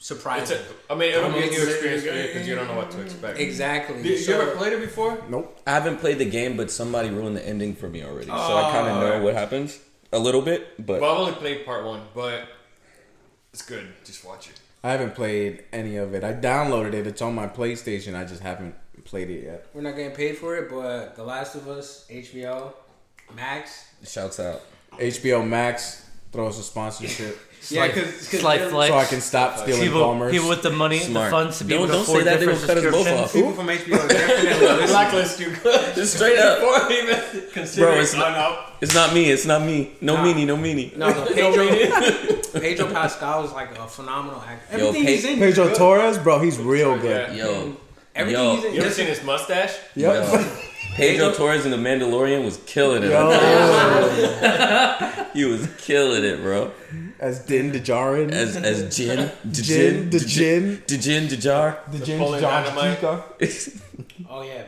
surprise It's a, me. I mean, it'll Come be a on, new sit experience for down. you because you don't know what to expect. Exactly. Did you So- ever played it before? Nope. I haven't played the game, but somebody ruined the ending for me already, so I kind of know what happens a little bit. But Well, I've only played part one, but it's good. Just watch it. I haven't played any of it. I downloaded it. It's on my PlayStation. I just haven't played it yet. We're not getting paid for it, but The Last of Us, HBO, Max. shouts out. HBO Max throws a <laughs> sponsorship Yeah, because Sly Flex. so I can stop stealing People, Palmer's. people with the money, Smart. the funds to be Don't- able to don't say afford that, they different will cut us both subscriptions. off. people from HBO <laughs> definitely listen. <laughs> Blacklist you Just straight up. before even considering Bro, it's not- sign up. It's not me. It's not me. No Nah. meanie. No meanie. No, <laughs> no, Pedro, Pedro Pascal is like a phenomenal actor. Yo, Everything Pe- he's in, he's Pedro good. Torres, bro, he's real good. <laughs> Yeah. Yo, Everything Yo. he's <laughs> in, You ever seen his mustache? Yep. yo. Pedro Torres in The Mandalorian was <laughs> killing it. he was killing it, bro. as Din Djarin. As as Jin, <laughs> Jin, the Jin, Jin, Djar. the Jin Napoleon Dynamite. Djarin. Oh <laughs> yeah,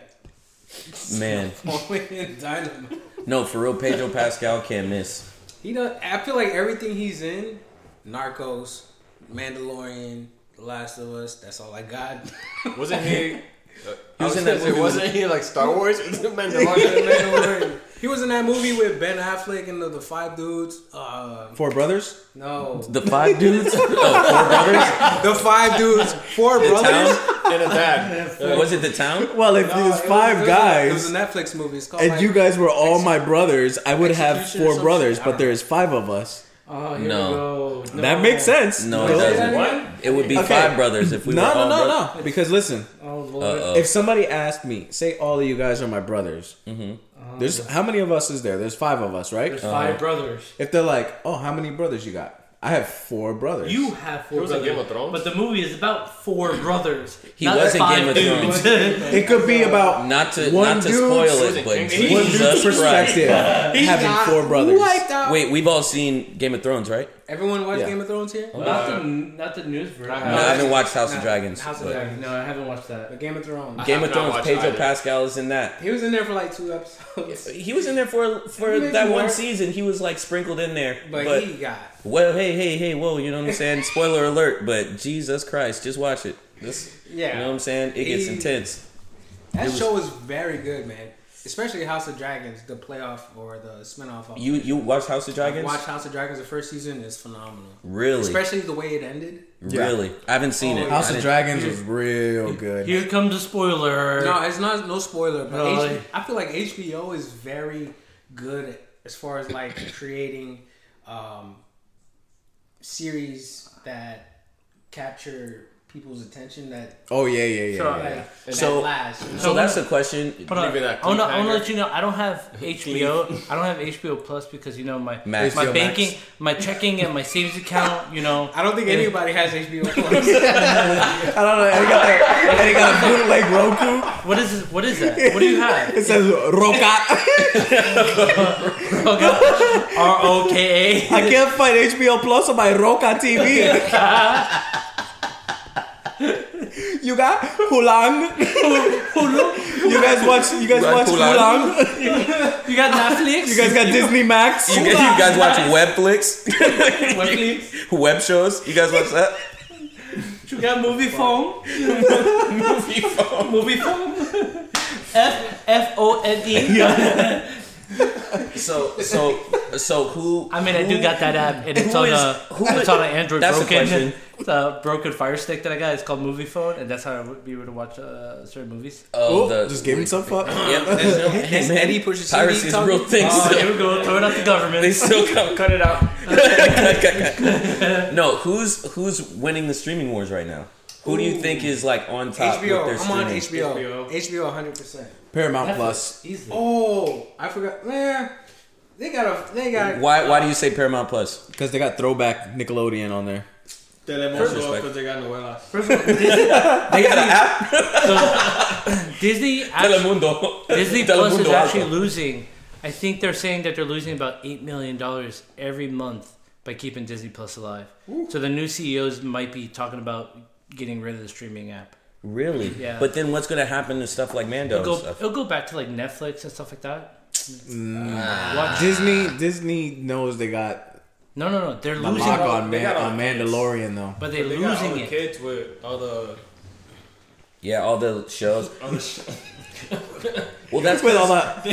<laughs> Man, Napoleon Dynamite. no, for real, Pedro Pascal can't miss. He does. I feel like everything he's in, Narcos, Mandalorian, The Last of Us. That's all I got. <laughs> Wasn't he? He was in that movie. with- Wasn't he like Star Wars? <laughs> <laughs> Mandalorian. Mandalorian. He was in that movie with Ben Affleck and the, the five dudes. Uh, Four brothers. no, The <laughs> five dudes, oh, four brothers. the five dudes, four brothers. Town? and <laughs> a dad. Was it the town? Well, if No, there's it was- five it was a- guys, it was a Netflix movie. It's called. and like- you guys were all my brothers, I would have Execution or four some brothers, shit, I but don't there is five of us. Oh, here No. we go. No. That makes sense. No, it doesn't. What? It would be Okay. five brothers if we were no, all no, no, brothers. no. Because listen, Oh lord. Uh-oh. if somebody asked me, say all of you guys are my brothers. Mm-hmm. There's how many of us is there? There's five of us, right? There's uh, five brothers. If they're like, oh, how many brothers you got? I have four uh, brothers. You have four was a brothers. Game of Thrones. But the movie is <laughs> about four brothers. He not was in five Game of <laughs> dudes. <laughs> It could be about Not to One not to dude- spoil Susan it, but King. He- one dude's Jesus Christ. perspective <laughs> having four brothers. Wiped out. Wait, we've all seen Game of Thrones, right? Everyone watched Yeah. Game of Thrones here? not the not the news version. No, I haven't watched House of Dragons. House of but- Dragons. No, I haven't watched But that. Game of Thrones. Game have of not Thrones. watched Pedro either. Pascal is in that. He was in there for like two episodes. He was in there for for Maybe that one more. season. He was like sprinkled in there, <laughs> But, but, he got. well, hey, hey, hey, whoa, you know what I'm <laughs> saying? Spoiler alert, but Jesus Christ, just watch it. This, Yeah. you know what I'm saying? It gets He- intense. That It was- show was very good, man. Especially House of Dragons, the playoff or the spinoff. Of You you watch House of Dragons? Watch House of Dragons. The first season is phenomenal. Really, Especially the way it ended. Yeah. really. I haven't seen Oh, it. House I of didn't- Dragons was real good. Here comes the spoiler. No, it's not no spoiler, but Really? H- I feel like HBO is very good as far as like <coughs> creating um, series that capture people's attention that Oh yeah, yeah, yeah. Sure. yeah. like that So- last. You know? So that's the question. Hold on. Leave it at I want to I wanna cliffhanger. let you know I don't have HBO. I don't have HBO Plus because you know my Max. my HBO Max. banking, <laughs> my checking, and my savings account. You know, I don't think anybody has HBO Plus. I don't know. They got a, they got a bootleg Roku. what is this, what is that? What do you have? <laughs> It says Roka. R O <laughs> K A. I can't find HBO Plus on my Roka <laughs> TV. you got Hulang. you guys watch. You You guys got watch Hulang? Hulang. You got Netflix. You guys got Disney Max. You, guys- you guys watch <laughs> Webflix, Netflix. web shows. You guys watch that? You got movie phone. Movie phone. Movie phone. <laughs> F F O N E. So so so who? I mean, I do who- got that app, and it's who on is- a who it's is- on an Android That's the broken <laughs> question. the broken Fire Stick that I got. It's called Movie Phone, and that's how I would be able to watch uh, certain <laughs> movies. Oh, Oh, the, just gave him some fuck. Yep. There's no, hey, man, Eddie Pusha T piracy is a real talking? thing. Oh, still. <laughs> here we go, throwing out the government. They <laughs> still come. Cut it out. Cut, cut, cut. no, who's who's winning the streaming wars right now? Who do you think is like on top with their HBO. I'm on streaming? HBO. HBO 100%. <clears throat> Paramount Plus. Easily. Oh, I forgot. Man, they got a. They got. Why why do you say Paramount Plus? Because they got throwback Nickelodeon on there. Disrespect. Telemundo because they got novelas. First of all, Disney, <laughs> They got an app. <laughs> <laughs> Disney, actually, Telemundo. Disney Plus is Telemundo actually Alto. losing. I think they're saying that they're losing about eight million dollars every month by keeping Disney Plus alive. So the new CEOs might be talking about getting rid of the streaming app. Really? Yeah. But then what's gonna happen to stuff like Mando? and It'll go, stuff? it'll go back to like Netflix and stuff like that. Disney. Disney knows they got No, no, no. They're the losing, lock on, they Man- got all on the kids. Mandalorian though. but they're They got all losing the it. kids with all the Yeah, all the shows. all the sh- Well, that's With all that,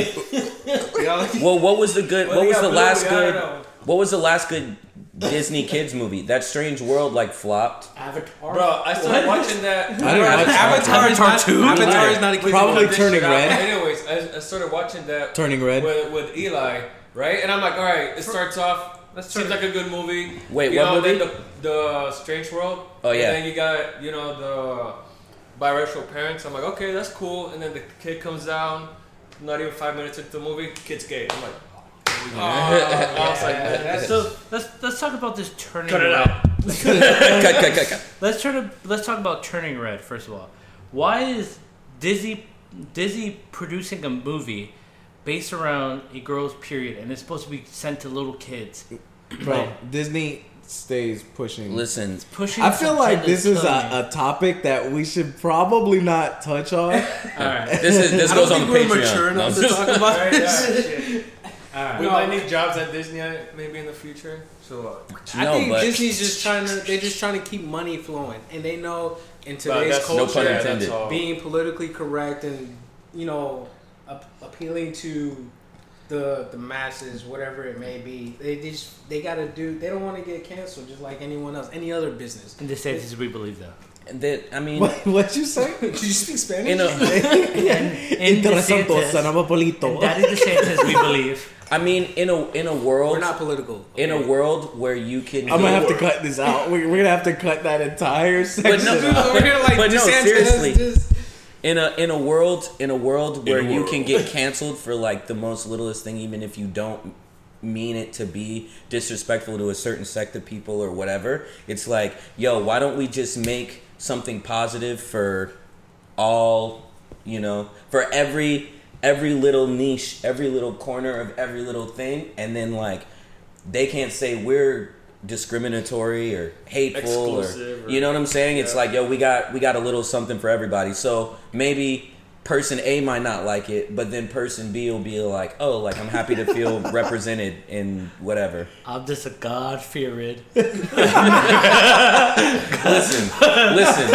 well. What was the good? Well, What they was got the Blue, last they got good? it all. What was the last good Disney kids movie? That Strange World like <laughs> flopped. Avatar. bro. I started watching that. I didn't watch Avatar, is Avatar not, two? Avatar is not a kid. Probably This turning shit out. red. Anyways, I, I started watching that Turning red. with, with Eli, right? And I'm like, all right, it starts off. That seems like a good movie. Wait, you what know, movie? Then the, the Strange World. Oh, yeah. And then you got you know the biracial parents. I'm like, okay, that's cool. And then the kid comes down. Not even five minutes into the movie, kid's gay. I'm like, <laughs> oh, I was like, that's So let's let's talk about this turning. cut it red. out. cut, cut, cut, cut. Let's turn. To, let's talk about turning red first of all. Why is Disney Disney producing a movie based around a girl's period and it's supposed to be sent to little kids. Bro, Disney stays pushing. Listen, Pushing. I feel like this is a, All a topic that we should probably not touch on. right. this is this I don't goes on think we're mature Patreon. No, enough I'm to just- talk about Right, this. yeah, shit. All right. We might need jobs at Disney uh, maybe in the future. So uh, I No, think but- Disney's just trying to they're just trying to keep money flowing, and they know in but today's that's- no culture pun yeah, that's intended. all. being politically correct and you know ap- appealing to the the masses, whatever it may be. They just they got to do. They don't want to get canceled, just like anyone else, any other business. <laughs> In the states, we believe though. That I mean, <laughs> what, what you say? Did you speak Spanish? you know, <laughs> In the Interesante, states, son of a polito. and that is the <laughs> status we believe. I mean, in a in a world We're not political. in a <laughs> world where you can. I'm go- gonna have to cut this out. We're, we're gonna have to cut that entire But section. no, <laughs> out. but, but no, DeSantis seriously. just- in a in a world in a world where a you world. can <laughs> get canceled for like the most littlest thing even if you don't mean it to be disrespectful to a certain sect of people or whatever it's like yo why don't we just make something positive for all you know for every every little niche every little corner of every little thing and then like they can't say we're discriminatory or hateful Exclusive or or- you know what I'm saying? It's like, yo, we got we got a little something for everybody. So maybe person A might not like it, but then person B will be like, oh, like I'm happy to feel represented in whatever. I'm just a god feared. Listen, listen,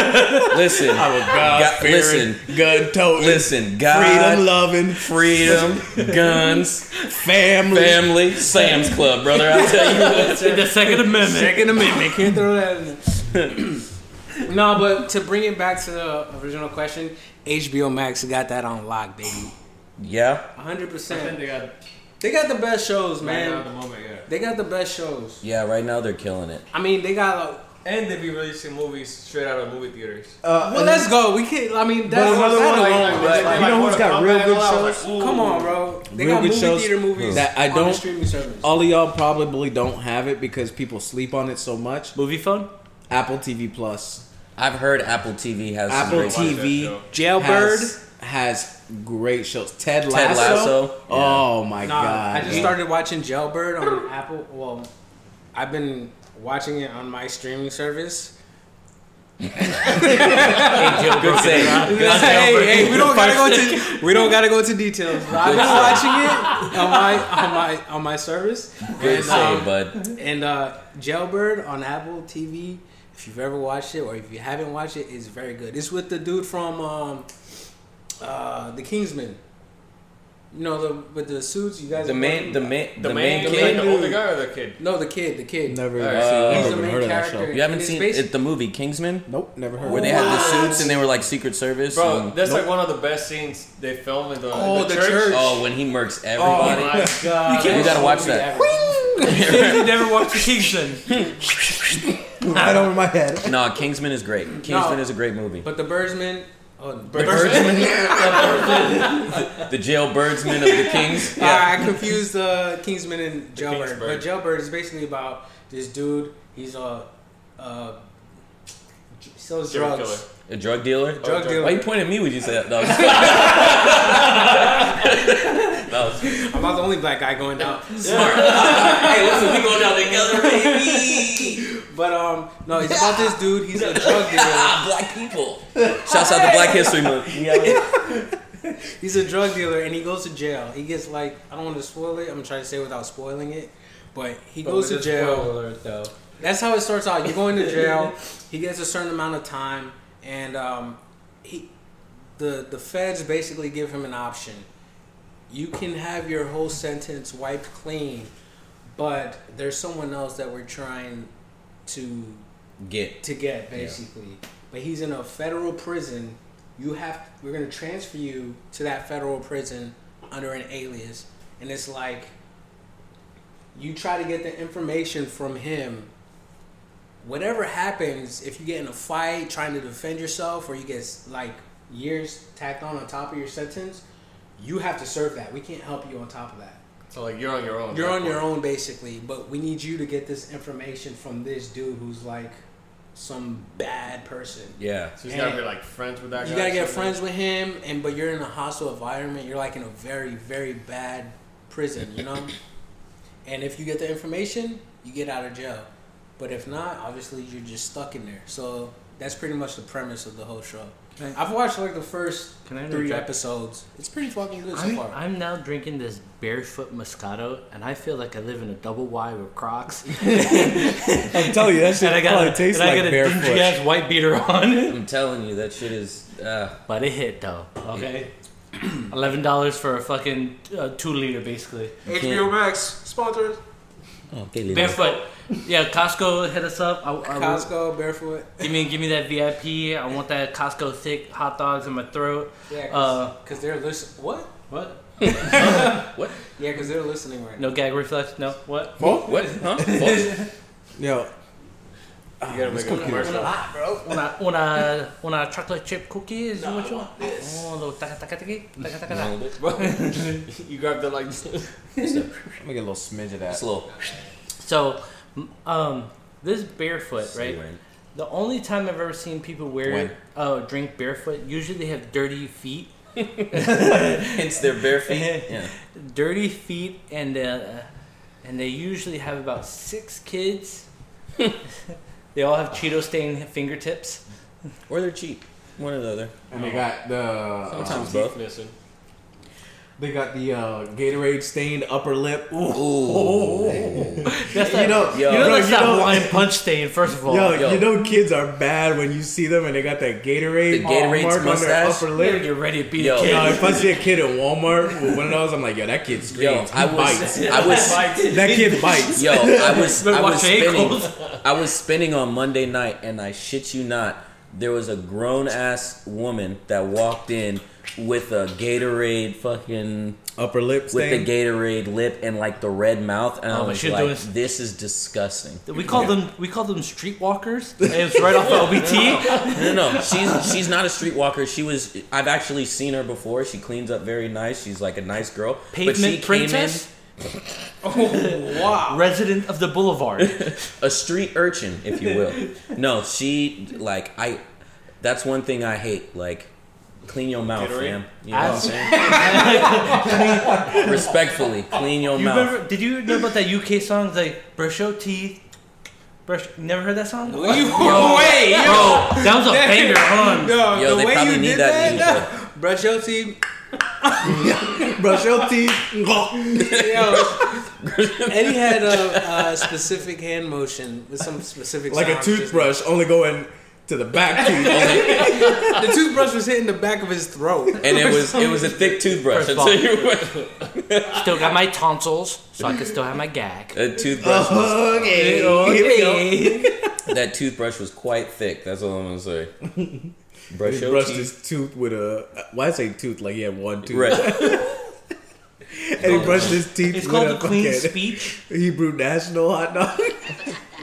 listen, God- listen, gun toting, listen, freedom God, loving, freedom, <laughs> guns, family. family, <laughs> Sam's Club, brother. I tell you what. In the Second Amendment. Second Amendment. Can't throw that in <laughs> there. no, but to bring it back to the original question, HBO Max got that on lock, baby. Yeah, 100%. they got They got the best shows, man at the man. moment, yeah. They got the best shows. yeah. Right now they're killing it. I mean, they got like. And they be releasing movies straight out of movie theaters. Uh, Well, let's go. We can't. I mean, but that's another one that's along, like- right? like- You know who's got real good shows? Come on, bro. They Real got good movie shows theater movies that I on the don't- streaming service. All of y'all probably don't have it because people sleep on it so much. Movie phone. Apple TV Plus, I've heard Apple TV has some Apple great- TV, Jailbird. has, has great shows. Ted Lasso. Ted Lasso. Oh my Nah, god! I just started watching Jailbird <laughs> on Apple. Well, I've been watching it on my streaming service. Good save. Good <laughs> hey, hey, we don't gotta go to we don't <laughs> gotta go to details. but I've been watching <laughs> it on my on my on my service. Good and, um, save, bud. and uh, Jailbird on Apple TV. If you've ever watched it or if you haven't watched it, it's very good. It's with the dude from um, uh, The Kingsman. You know the with the suits. You guys The main, the main, the, main, the, kid. like, the older guy or the kid? No, the kid. The kid. never. Alright, seen- so- never He's even the main heard of that character. show. You haven't And it's seen basi- it, the movie Kingsman, Nope, never heard. where of they it. had the suits and they were like Secret Service. Bro, and- that's like one of the best scenes they film in the, Oh, the, the church. church. oh, when he murks <laughs> Oh everybody. my god. you gotta watch that. you never watched Kingston. <laughs> right over my head. <laughs> No, Kingsman is great. Kingsman is a great movie. But the Birdsman. Oh, the The Bird- Birdsman, the jailbirdsman of the kings. <laughs> <laughs> Yeah. Alright, I confused uh, Kingsman and Jailbird. Kingsbird. But Jailbird is basically about this dude. He's a uh, j- sells Serial drugs. killer. A Oh, drug dealer. Drug drug- dealer. Why you pointing at me when you say <laughs> that? No, I'm just- no, I'm just- I'm not the only black guy going down. hey, listen, we going down together, baby. But um, no, it's about this dude. He's a drug dealer. Ah, black people. Shouts out to Black History Month. He's a drug dealer and he goes to jail. He gets like I don't want to spoil it. I'm gonna try to say it without spoiling it, but he goes to jail. That's how it starts out. You're going to jail. he gets a certain amount of time, and um, he, the the feds basically give him an option. You can have your whole sentence wiped clean, but there's someone else that we're trying to Get to get basically. But he's in a federal prison. You have we're gonna transfer you to that federal prison under an alias, and it's like you try to get the information from him. Whatever happens, if you get in a fight trying to defend yourself, or you get like years tacked on on top of your sentence, you have to serve that. We can't help you on top of that. So like you're on your own. You're on your own basically, but we need you to get this information from this dude who's like some bad person. Yeah. So he's gotta And be like friends with that You guy. gotta or get something. friends with him, and but you're in a hostile environment. You're like in a very, very bad prison, you know. and if you get the information, you get out of jail. But if not, obviously you're just stuck in there. So that's pretty much the premise of the whole show. I've watched like the first Can I three interject? episodes. It's pretty fucking good so I'm, far. I'm now drinking this barefoot Moscato, and I feel like I live in a double wide with Crocs. I'm telling you, that shit and I got, probably a, tastes and I like got a dingy barefoot. ass white <laughs> beater on. I'm telling you, that shit is. Uh, but it hit though. Okay. <clears throat> Eleven dollars for a fucking uh, two liter, basically. can't- HBO Max sponsors. Oh, Barefoot. Yeah, Costco hit us up. I, I- Costco barefoot. give me, give me that VIP. I want that Costco thick hot dogs in my throat. Yeah, Uh, cause, 'cause they're listening. What? <laughs> What? Yeah, cause they're listening right now. No gag reflex. No. What? Huh? What? Huh? What? Yo, Ah, You gotta make a commercial. Una, una, una chocolate chip cookie. Is that what you want? Oh, little taka taka tiki, taka taka taka. No, you grab the like. let me get a little smidge of that. Slow. So, m- um, this barefoot, right? Slow, The only time I've ever seen people When? wear uh, drink barefoot, usually they have dirty feet, Hence their bare feet. <laughs> Yeah. dirty feet, and uh, and they usually have about six kids. <laughs> they all have Cheeto stained fingertips. Or they're cheap. One or the other. And they got the uh, Sometimes both. Listen. they got the uh, Gatorade stained upper lip. Ooh. That's You not, know, you know yo, that's you not know- wine punch stain. First of all, Yo, yo. you know kids are bad when you see them and they got that Gatorade The Gatorade's mark on their mustache? upper Better lip. get ready to beat Yo. a kid. Yo, if I see a kid in Walmart with one of those, I'm like, yo, that kid Yo, screams. I he was. bites. <laughs> I was. That kid <laughs> bites. Yo, I was. I was Watch ankles. spinning. I was spinning on Monday night, and I shit you not, there was a grown ass woman that walked in with a Gatorade fucking Upper lip with stain. the Gatorade lip and like the red mouth, and Oh, I but was she's like, doing- "This is disgusting." We call them we call them streetwalkers. And it's right off <laughs> of OBT. No, no, <laughs> no, she's she's not a streetwalker. She was. I've actually seen her before. She cleans up very nice. She's like a nice girl. but she Pavement princess, <laughs> Oh, Wow. resident of the boulevard. came in a street urchin, if you will. no, she like I. That's one thing I hate. Like, clean your mouth, Gatorade? fam. You know what I'm As- saying? Respectfully, clean your You mouth. remember? Did you know about that UK song? It's like brush your teeth. Brush. you Never heard that song? Will you away? Bro, that was a banger. Hold on. Oh, No, Yo, the they way probably you need did that that, no. <laughs> brush your teeth. <laughs> Brush your <laughs> teeth. Yo, Eddie had a, a specific hand motion with some specific like a sound just- toothbrush, only going to the back teeth. The toothbrush was hitting the back of his throat. and it was it was a thick toothbrush. First I of all- tell you what, Still got my tonsils, so I can still have my gag. a toothbrush. was- okay. Here we go. Okay. that toothbrush was quite thick. That's all I'm gonna say. Brush He your brushed teeth. his tooth with a. Why I say tooth? Like he had one tooth. Right. And he brushed his teeth It's with called a the clean fucking <laughs> speech. Hebrew national hot dog.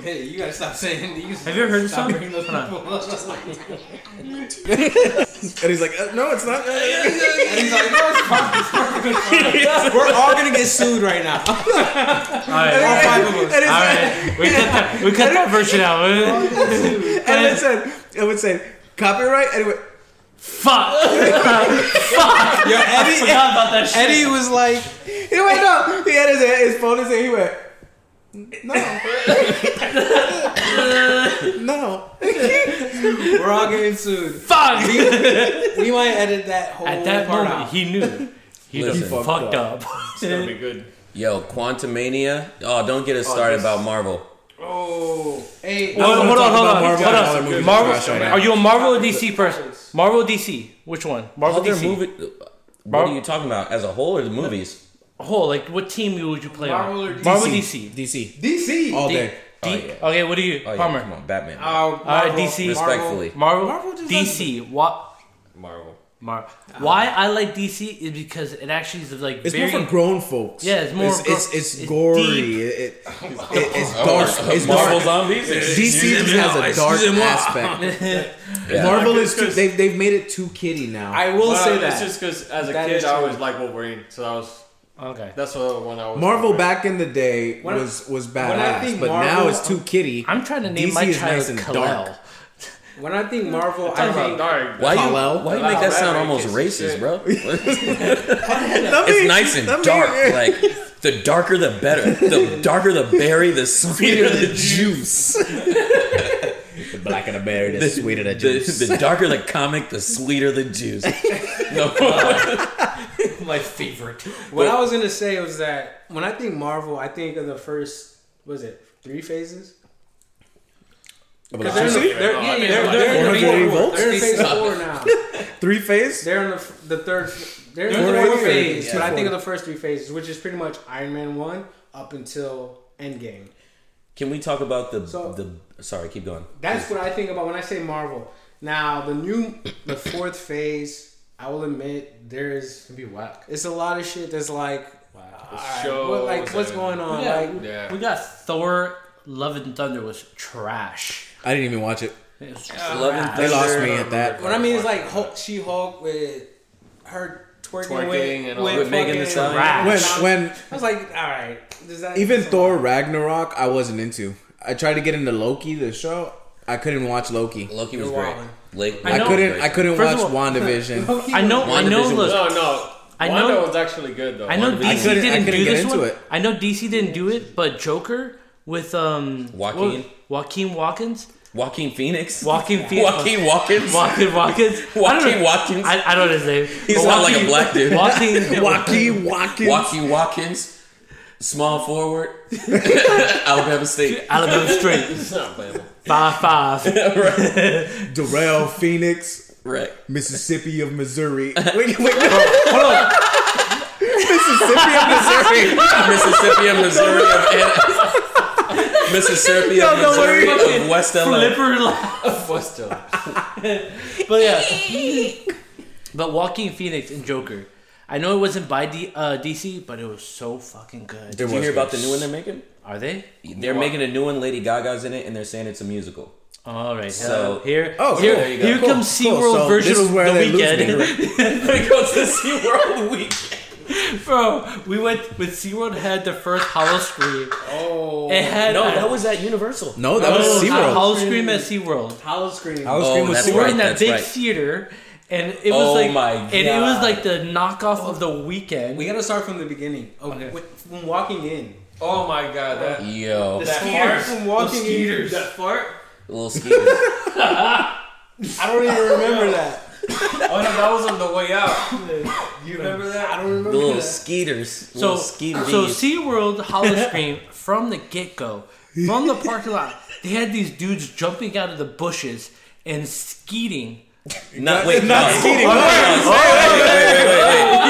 Hey, you gotta stop saying these. Have you ever heard this song? Stop bringing those Hold on. people up. <laughs> Just like- <laughs> And he's like, uh, no, it's not. And he's like, "No, it's fine, it's fine, it's fine." We're all gonna get sued right now. All All right. five of us. And, it's, All right. We cut that. We cut that version out. and it said, it would say, copyright. And it went, <laughs> Fuck. Yo, I <laughs> Eddie, forgot about that shit. Eddie was like, he went, no. He had his, his phone in his hand. He went, <laughs> no. no. <laughs> "We're all getting sued." Fuck. We might edit that whole At that part moment, out. he knew. He Listen. just He fucked fucked up. <laughs> It's gonna be good. Yo, Quantumania. Oh, don't get us started this- about Marvel. oh, hey, Hold on, hold on, hold on. Marvel. Hold All on. their movies Marvel- are trash right now. are you a Marvel or DC person? Marvel or DC? Which one? Marvel All their DC. movie. What Mar- are you talking about? As a whole or the movies? Oh, like what team you- would you play Marvel on? or DC? Marvel DC. DC. DC. All D- day. Oh, D- yeah. Okay, what are you? Oh, yeah, Palmer. Come on, Batman. All right, DC. Respectfully. Marvel. Marvel just DC. What? Marvel. Mar- Why I like DC is because it actually is like It's very. more for grown folks. Yeah, it's more It's gro- it's, it's, it's gory. It, deep. it, <laughs> it- it's dark. It's Marvel dark. zombies. DC just has a dark aspect. <laughs> Yeah. Marvel is too, Because- they've they've made it too kitty now. I will Well, say that. It's just because as a That is kid, I true. always liked Wolverine, so I was Okay. That's what one I was. Marvel back in the day When I- was was I badass, think but now Marvel- it's too kitty. I'm trying to name DC my is child nice and Kal-El. dark. When I think Marvel, I Talking think about dark. Why you, Kal-El? why you make that Kal-El sound Rabbit almost kisses racist, shit. bro? it's Let me- nice and let me- dark. Like the darker the better. The darker the berry, the sweeter the juice. the blacker the berry, the sweeter the The, juice. the darker the comic, the sweeter the juice. My favorite. what I was gonna say was that when I think Marvel, I think of the first was it three phases. Because they're, in the- they're, yeah, yeah, they're, they're, in 480 the fourth- volts? they're in phase four now. Three phase. They're in the, f- the third. They're in the 480 fourth phase, phase, yeah. but I think of the first three phases, which is pretty much Iron Man one up until Endgame. Can we talk about the So- the? Sorry, keep going. That's what I think about when I say Marvel. Now the new, the fourth phase. I will admit there is It'd be whack. it's a lot of shit that's like, wow, shows what, like what's and- going on? Yeah. Like, Yeah. We got Thor. Love and Thunder was trash. I didn't even watch it. It was Love and trash. They lost Thunder. me at that. What I mean is like Hulk, She Hulk with her twerking, Twerking with, and all With Megan Thee fucking- Stallion. When Trash. when I was like, all right, does that even Thor Ragnarok, I wasn't into. I tried to get into Loki, the show. I couldn't watch Loki. Loki was You're great. wildin'. Lake, I I, know. couldn't. I couldn't First of watch all- WandaVision. Loki I know. was- I know. WandaVision was- Look, No, no. I I know- know. Wanda was actually good though. I know Wanda- DC couldn't- I didn't couldn't do get this into one. it. I know DC didn't do it, but Joker with um what- Joaquin? Joaquin Watkins, Joaquin Phoenix. Joaquin <laughs> Phoenix, Joaquin Watkins. Joaquin Watkins, I don't Joaquin know- Watkins. I, I don't know his name. He sound like a black dude. <laughs> Joaquin, Wacky <laughs> Wacky. Joaquin Watkins. Small forward. <laughs> Alabama State. <laughs> Alabama Straight, five five. right. Darrell Phoenix, Right. Mississippi of Missouri. Wait, wait, no, hold on. Mississippi of Missouri. Mississippi and Missouri of Mississippi and Yo, don't worry. Missouri of West LA. Flipper <laughs> laugh. <laughs> but yeah, <laughs> but Joaquin Phoenix and Joker. I know it wasn't by D, uh, DC, but it was so fucking good. Did you hear about the new one they're making? Are they? They're making a new one. Lady Gaga's in it, and they're saying it's a musical. <laughs> All right. So- So here, Oh, here, cool. There you go. here Cool, comes cool. SeaWorld So version this is where of the they lose weekend. me. they go to SeaWorld Week. <laughs> Bro, we went with SeaWorld had the first Hollow Scream. Oh, It had No, that was at Universal. No, that was a SeaWorld. Hollow Scream at SeaWorld. Hollow Scream. Hollow Oh, Scream was that's We were SeaWorld. right. in that big theater and it was Oh like my and it was God. like the knockoff of the weekend. We gotta start from the beginning. Oh, Okay. wait, from walking in. Oh my god, that Yo, that fart Skeeters. from Walking walking Skeeters. in, that fart. little skeeters. I don't even <laughs> remember that. Oh no, that was on the way out. You remember that? I don't remember The little that. skeeters. so little skeeties. so SeaWorld Hollow <laughs> Scream from the get go, from the parking lot, they had these dudes jumping out of the bushes and skeeting. not wait, Not no. SeaWorld. <laughs>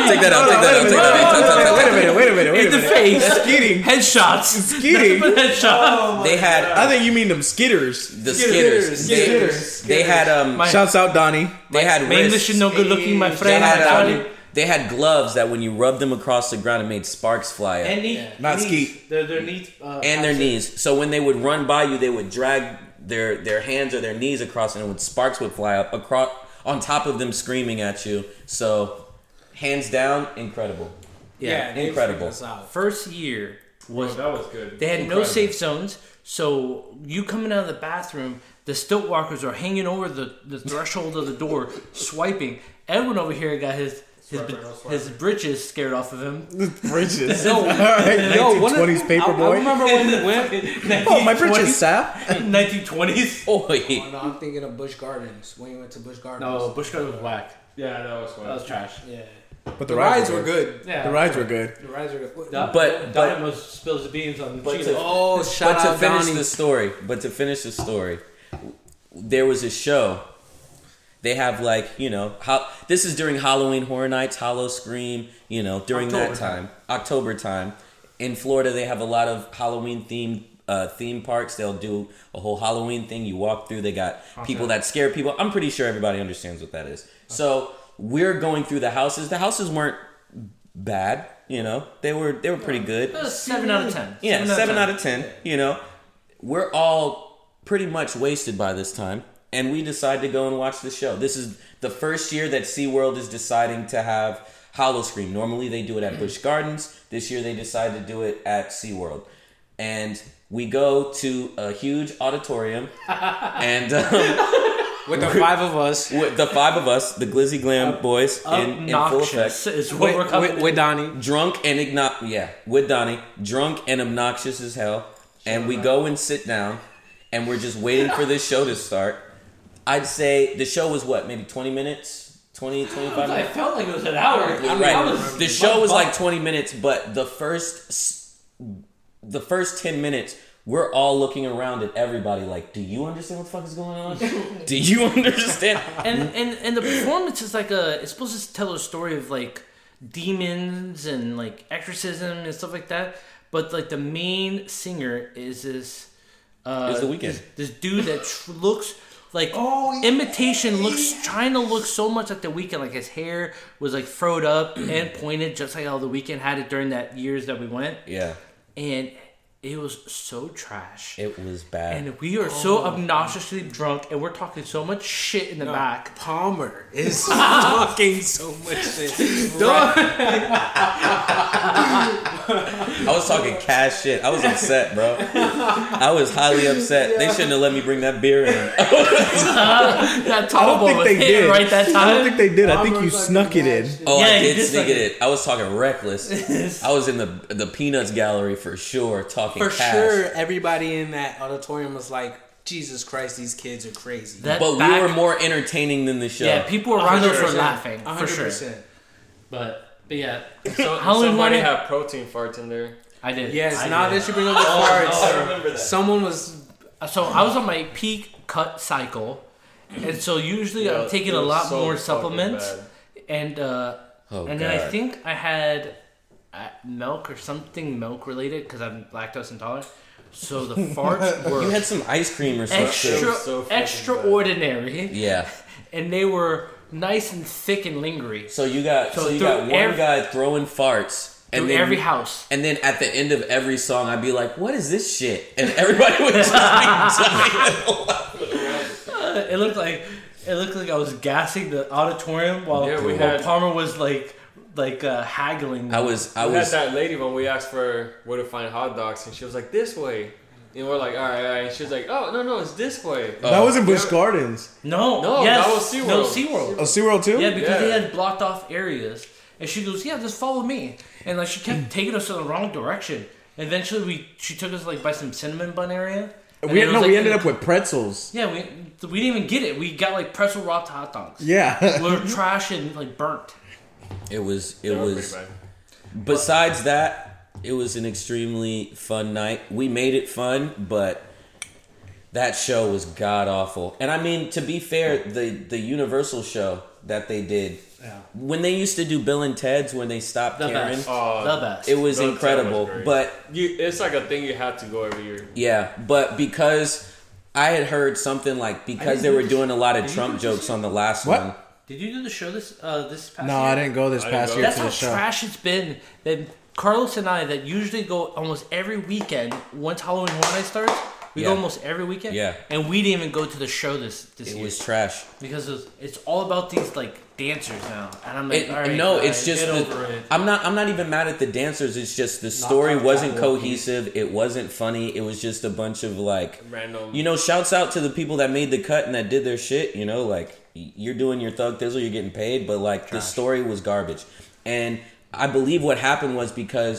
Take that out. Take that out. Take that out. Wait a minute. Wait a minute. Wait In a the minute. face. Skeeting. Headshots. Skeeting? Nothing but headshots. They had I think you mean them skitters. the skitters. They- They had um. My- Shouts out Donnie. They had My English wrists. is no good looking, my They friend. had, my um, darling. they had gloves that when you rubbed them across the ground, it made sparks fly up. And knee, Not knees. skeet. Their, their knees. Uh, and their knees. So when they would run by you, they would drag their their hands or their knees across, and it would, sparks would fly up across on top of them, screaming at you. So hands down, incredible. Yeah. they incredible. freaked us out. First year Oh, was that was good. they had no safe zones, so you coming out of the bathroom, the stilt walkers are hanging over the, the threshold of the door, swiping. Edwin over here got his his, his britches scared off of <laughs> him. Bridges. No. <laughs> Yo, one of- 1920s paper I, I boy. remember when, when Oh, my bridges, Sal. Nineteen twenties. Oh, Oh, <laughs> no, I'm thinking of Bush Gardens. When you went to Bush Gardens. Oh, No, Bush Garden was whack. Yeah, that was fun. That was trash. Yeah. But The rides were good. Yeah, The rides were good. The rides were good. What- Don- But- Don almost spills the beans on the But Cheetos. to- Oh, shout but to out finish Donnie. the story, but to finish the story, there was a show. They have like you know, ho- this is during Halloween Horror Nights, Hollow Scream. You know, during that October time, October time, in Florida, they have a lot of Halloween themed. Uh, theme parks they'll do a whole halloween thing you walk through they got people that scare people i'm pretty sure everybody understands what that is so we're going through the houses the houses weren't bad you know they were they were pretty good That was seven out of ten. yeah, seven, out of ten. You know, we're all pretty much wasted by this time, and we decide to go and watch the show. This is the first year that SeaWorld is deciding to have Hollow Scream. Normally they do it at Busch Gardens. This year they decided to do it at SeaWorld. And we go to a huge <laughs> auditorium and um, With the five of us, with the five of us, the Glizzy Glam boys in, in full Obnoxious effect. is what we're with, coming with, with Donnie, Drunk and igno- yeah, with Donnie, drunk and obnoxious as hell. And we go and sit down and we're just waiting for this show to start. I'd say the show was what, maybe 20 minutes? 20, 25 I minutes? felt like it was an hour. I mean, I right. was- The show was like 20 minutes, but the first s- the first 10 minutes we're all looking around at everybody like, do you understand what the fuck is going <laughs> on? do you <laughs> understand? and and and the performance is like a it's supposed to tell a story of like demons and like exorcism and stuff like that but like the main singer is this uh It's The Weeknd. this, this dude that tr- looks like imitation looks trying to look so much like the weekend like his hair was like throwed up and pointed just like how the weekend had it during that years that we went yeah, and it was so trash it was bad. and we are so obnoxiously drunk and we're talking so much shit in the back Palmer <laughs> is talking so much shit. I was talking cash shit. I was upset, bro. I was highly upset. They shouldn't have let me bring that beer in. that I Taco don't Bell think was they hit did. right that time. I don't think they did. I think you Palmer's like snuck it in. matched Oh, Yeah, I you did did sneak suck it in. I was talking <laughs> reckless. I was in the the peanuts gallery for sure, talking For cash. sure, everybody in that auditorium was like, Jesus Christ, these kids are crazy. that But back, we were more entertaining than the show. Yeah, people around us were 100%. laughing for sure. 100%. But but yeah, <laughs> So, How long somebody was it? had protein farts in there. I did. Yes, I now did. that you bring up the Oh, I cards, remember that. someone was So I was on my peak cut cycle, and so usually Yeah, I'm taking it a was lot so more fucking supplements, bad. and uh, Oh, and then I God. think I had uh, milk or something milk related because I'm lactose intolerant. So the farts were You had some ice cream or something. extra was so fucking bad. extraordinary, Yeah. and they were nice and thick and lingering. So you got so, So you through got one every- guy throwing farts and through then every house. and then at the end of every song I'd be like, "What is this shit?" And everybody would just be dying. It looked like it looked like I was gassing the auditorium while, Yeah, we while had- Palmer was like like uh, haggling. I was I We had was that lady when we asked for where to find hot dogs, and she was like, "This way." And we're like, "All right, all right." And she was like, "Oh, no, no, it's this way." That was in Busch Gardens. no, No, yes, that was SeaWorld. No SeaWorld. Oh, SeaWorld too? Yeah, because they Yeah. had blocked off areas, and she goes, "Yeah, just follow me." And like she kept taking us in the wrong direction. And eventually, we she took us like by some cinnamon bun area. and we, it was, no, like, we ended up with pretzels. yeah, we we didn't even get it. We got like pretzel wrapped hot dogs. Yeah. <laughs> We were trash and like burnt. it was it They were was pretty bad. besides that, it was an extremely fun night. We made it fun, but that show was god awful. And I mean, to be fair, the the Universal show that they did Yeah. when they used to do Bill and Ted's when they stopped The Karen, best. Uh, the best. it was Bill and Ted was incredible. great. but You, it's like a thing you had to go every year. Yeah, but because I had heard something like because they were doing a lot of Trump jokes on the last What? one. Did you do the show this uh, this past? no, year? I didn't go this I didn't past go. year That's to how the show. trash it's been. That Carlos and I, that usually go almost every weekend. Once Halloween Horror Night starts, we Yeah. go almost every weekend. Yeah. and we didn't even go to the show this this It year was trash. because it was, it's all about these like dancers now, and I'm like, It, all right, no, guys, it's just get the, over it. I'm not I'm not even mad at the dancers. It's just the story out wasn't that one cohesive. It wasn't funny. It was just a bunch of like Random. you know. Shouts out to the people that made the cut and that did their shit. You know, like y- you're doing your thug thizzle, you're getting paid, but like the story was garbage. And I believe what happened was because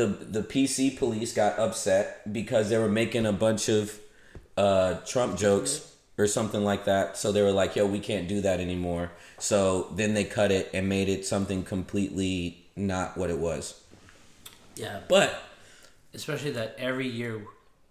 the the PC police got upset because they were making a bunch of uh, Trump jokes or something like that. So they were like, "Yo, we can't do that anymore." So then they cut it and made it something completely not what it was. yeah, but But especially that every year.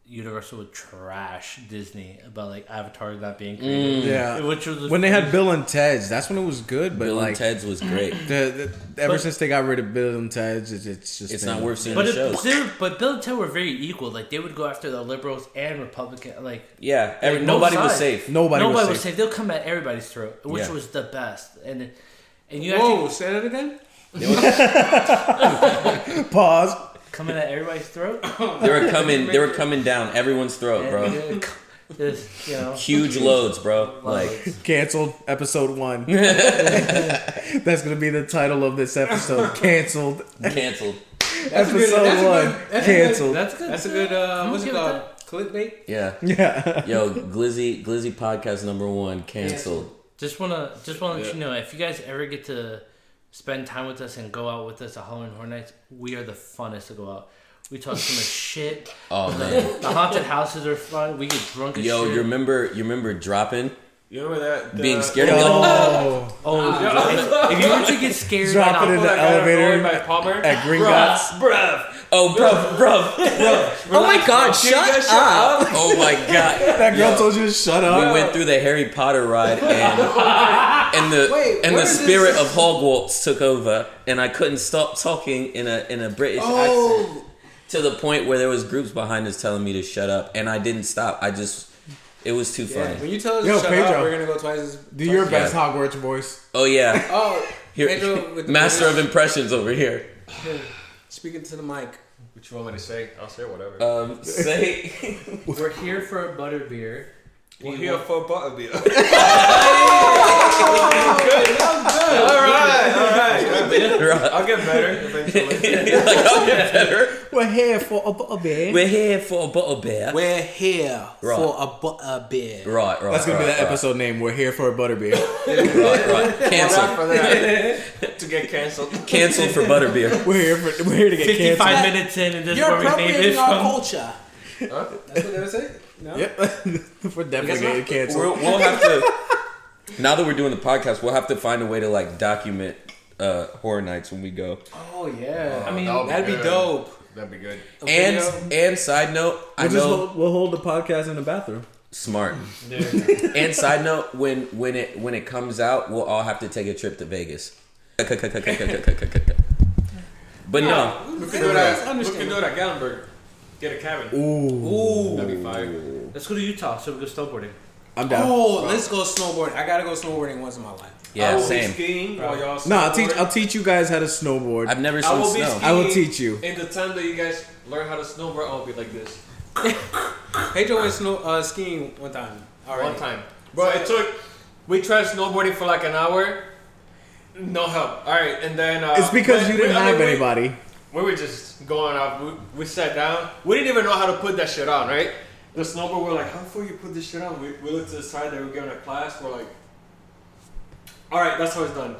Universal would trash Disney about like Avatar not being created, Yeah. which was Mm. When they had Bill and Ted's, that's when it was good. But Bill like, and Ted's was great. the, the, ever But- since they got rid of Bill and Ted's, it's, it's just It's been- not worth seeing But the it, shows. they were- but Bill and Ted were very equal. Like they would go after the liberals and Republican. Like Yeah, every, Like, both nobody was sides. safe. Nobody, nobody was was safe. safe. They'll come at everybody's throat, which Yeah. was the best. And and you Whoa, actually say that again? Pause. <laughs> coming at everybody's throat. They were coming. They were coming down everyone's throat, bro. And uh, Just, you know. Huge loads, bro. Like Canceled episode one. <laughs> That's gonna be the title of this <laughs> episode. Canceled <laughs> canceled. episode that's a one. good- that's a good- Canceled. That's good. That's a good. Uh, I'm what's it okay with called? Clickbait. Yeah. <laughs> yeah. Yo, Glizzy Glizzy podcast number one canceled. Just wanna just wanna let you know if you guys ever get to spend time with us and go out with us at Halloween Horror Nights, we are the funnest to go out. We <laughs> talk so much shit. Oh man. The haunted houses are fun. We get drunk as Yo, shit. you remember you remember dropping, You remember that? the- uh, being scared of like, <laughs> Oh, <laughs> oh, if- if, you were to get scared, Drop at it in Halloween- the That guy got elevator. annoyed by Palmer. at Green Dots. bruv. Oh, bruv, bruv, <laughs> bruv. Oh my god, shut up. Oh my <laughs> god. That girl told you to shut We up. went through the Harry Potter ride and <laughs> and the Wait, and where the is spirit this? of Hogwarts took over and I couldn't stop talking in a in a British accent Oh, to the point where there was groups behind us telling me to shut up and I didn't stop. I just it was too yeah. funny. When you tell us Yo, to shut Pedro. up, we're gonna go twice as. Do your Yeah. best Hogwarts voice. Oh yeah. Oh, Here, <laughs> Pedro with the master voice. of impressions over here. speaking to the mic. What you want me to say? I'll say whatever. Um, say we're here for a butter beer. We're you here want- for <laughs> butterbeer. Right. I'll get better <laughs> eventually. <laughs> like I'll get <laughs> better. We're here for a butter beer. We're here for a bottle beer. We're here Right. for a butter beer. Right, right. That's gonna right, be that right, episode name. We're here for a butter beer. Right, right. Not Cancel, for that. <laughs> to get canceled. cancel for butterbeer. We're here for we're here to get Fifty-five canceled. minutes in, and this is You're where we name it appropriating our from. culture. That's what they would say. <laughs> No. Yep, we're definitely getting <laughs> canceled. We'll, we'll have to. Now that we're doing the podcast, we'll have to find a way to like document uh horror nights when we go. Oh yeah. I mean, that'd be good. dope. That'd be good. A And video. and side note, I We'll just know hold, we'll hold the podcast in the bathroom. smart. and side note, when when it when it comes out, we'll all have to take a trip to Vegas. But no, We could do That's that. We understandable. could do that. Gatlinburg. Get a cabin. Ooh, That'd be fire. Let's go to Utah so we go snowboarding. I'm down. Oh, let's go snowboarding. I gotta go snowboarding once in my life. I yeah, will be same. skiing while y'all. No, I'll teach. snowboard. I'll teach you guys how to snowboard. I've never I seen will be snow. skiing. I will teach you. In the time that you guys learn how to snowboard, I'll be like this. Pedro went snow uh, skiing one time. All right. One time, bro. It took. We tried snowboarding for like an hour. No help. All right, and then uh, It's because when- you didn't when- I have mean, we- anybody. We were just going off. We, we sat down. We didn't even know how to put that shit on, right? The snowboard. We're like, how the fuck you put this shit on? We, we looked to the side. They were giving a class. We're like, all right, that's how it's done.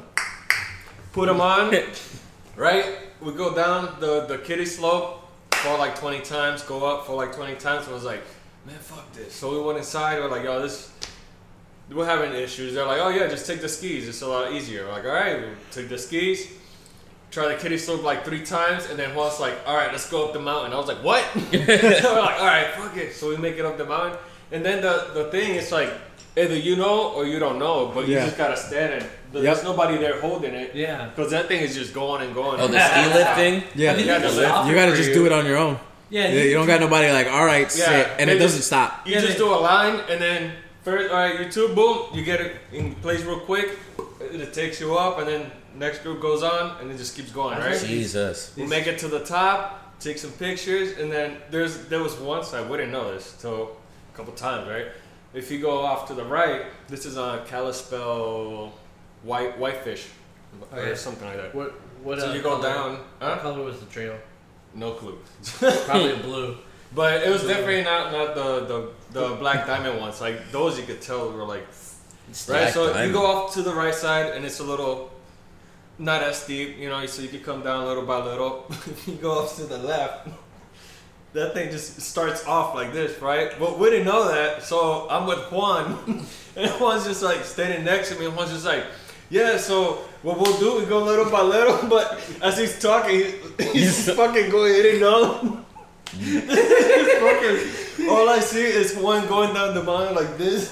Put <laughs> them on, right? We go down the the kiddie slope, fall like 20 times. Go up, fall like 20 times. I was like, man, fuck this. So we went inside. We're like, yo, this. We're having issues. They're like, oh yeah, just take the skis. It's a lot easier. We're like, all right, we took the skis try the kiddie slope like three times, and then Juan's like, "All right, let's go up the mountain." I was <laughs> like, "What?" <laughs> so we're like, "All right, fuck it." So we make it up the mountain, and then the the thing is like, either you know or you don't know, but you Yeah. just gotta stand it. But Yep. There's nobody there holding it. Yeah. Because that thing is just going and going. Oh, the ski lift thing. Yeah, I mean, you Yeah, the you can lift. stop gotta for just you. do it on your own. Yeah, You you don't got nobody like, all right, Yeah, sit, and it they just- doesn't stop. You Yeah, just they- do a line, and then first, all right, you two, boom, you get it in place real quick. It it takes you up, and then next group goes on, and it just keeps going, right? Jesus. We make it to the top, take some pictures, and then there's there was once I wouldn't know this till a couple times, right? If you go off to the right, this is on Kalispell White Whitefish or Okay. something like that. What? Oh, What? so uh, you go color- down, What huh? color was the <laughs> trail? No clue. Probably blue. But it was definitely not not the the, the black diamond ones. Like those, you could tell were like right. Black So diamond. you go off to the right side, and it's a little not as steep, you know. So you could come down little by little. <laughs> you go off to the left. That thing just starts off like this, right? But we didn't know that, so I'm with Juan, <laughs> and Juan's just like standing next to me, and Juan's just like, "Yeah, so what we'll do, we go little by little." <laughs> But as he's talking, <laughs> he's, he's <laughs> fucking going, "You didn't know." Fucking- All I see is one going down the mountain like this.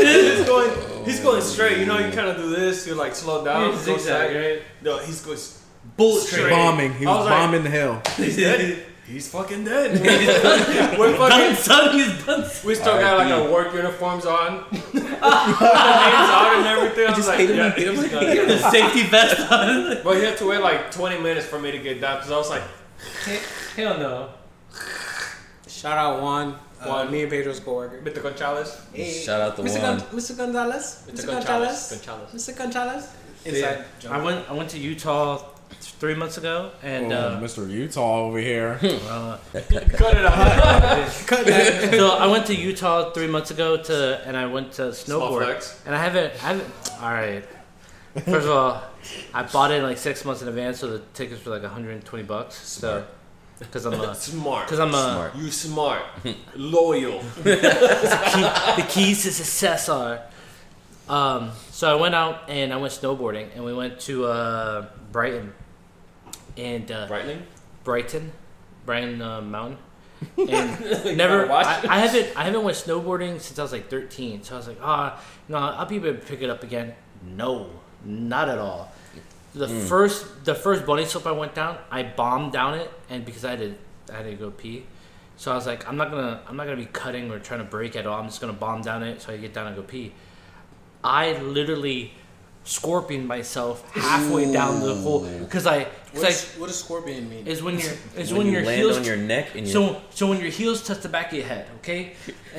he's going, he's going straight. You know, you kind of do this. You like slow down, He's go zigzag, side. right? No, he's going. s- Bullet Straight. train. Bombing. He I was, was like- bombing the hill. He's dead. he's fucking dead. <laughs> We're fucking. <laughs> son, he's <laughs> done. We still got like our work uniforms on. the names on and everything. I was like, yeah, he's done. The safety vest on. But he had to wait like 20 minutes for me to get down because I was like, Hell no. Shout out Juan, uh, Juan. me and Pedro's coworker. Mr. Gonzalez. Shout out the Mr. Juan. Gon- Mr. Gonzalez. Mr. Gonzalez. Mr. Gonzalez. Gonzalez. Mr. Gonzalez. Inside. joke. I went I went to Utah th- three months ago, and oh, uh, Mr. Utah over here. uh, Cut it out. Cut that. so I went to Utah three months ago to, and I went to Small snowboard, flex. and I haven't I haven't. All right. First of all, I bought it like six months in advance, so the tickets were like 120 bucks. So, because I'm <laughs> a Smart. because I'm a Smart. You <laughs> smart. Loyal. the keys to success are. Um, so I went out and I went snowboarding and we went to uh, Brighton and uh, Brightening? Brighton, Brighton uh, Mountain. And never, watch I, it. I haven't, I haven't went snowboarding since I was like 13. So I was like, ah, no, I'll be able to pick it up again. No, not at all. The first, the first bunny slope I went down, I bombed down it, and because I did, I had to go pee. So I was like, I'm not gonna, I'm not gonna be cutting or trying to break at all. I'm just gonna bomb down it so I get down and go pee. I literally scorpioned myself halfway down the hole because I, What, because is, what does <laughs> scorpion mean? I, is when your, is When, when, you your land heels, on your neck and you <laughs> so so when your heels touch the back of your head, okay,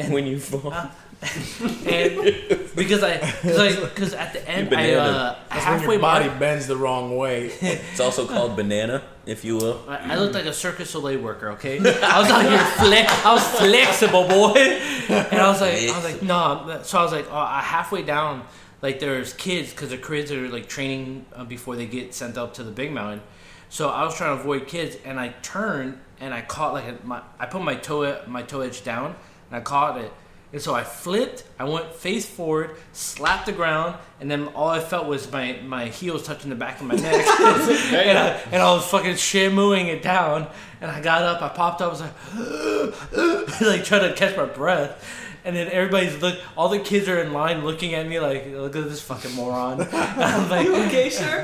when you fall, <laughs> and <laughs> because I because at the end I banana. uh, That's when halfway your body mark- bends the wrong way. it's also called banana, if you will. I I looked like a Circus Soleil worker, okay? I was out here flex. I was flexible, boy. And I was like, I was like, no. So I was like, oh, I- halfway down, like there's kids because the kids are like training uh, before they get sent up to the big mountain. So I was trying to avoid kids, and I turned and I caught like a, my. I put my toe my toe edge down and I caught it. And so I flipped, I went face forward, slapped the ground, and then all I felt was my, my heels touching the back of my neck. <laughs> and, I, and I was fucking shammooing it down. And I got up, I popped up, I was like, <gasps> like trying to catch my breath. And then everybody's look, all the kids are in line looking at me like, look at this fucking moron. And I'm like, okay, sure.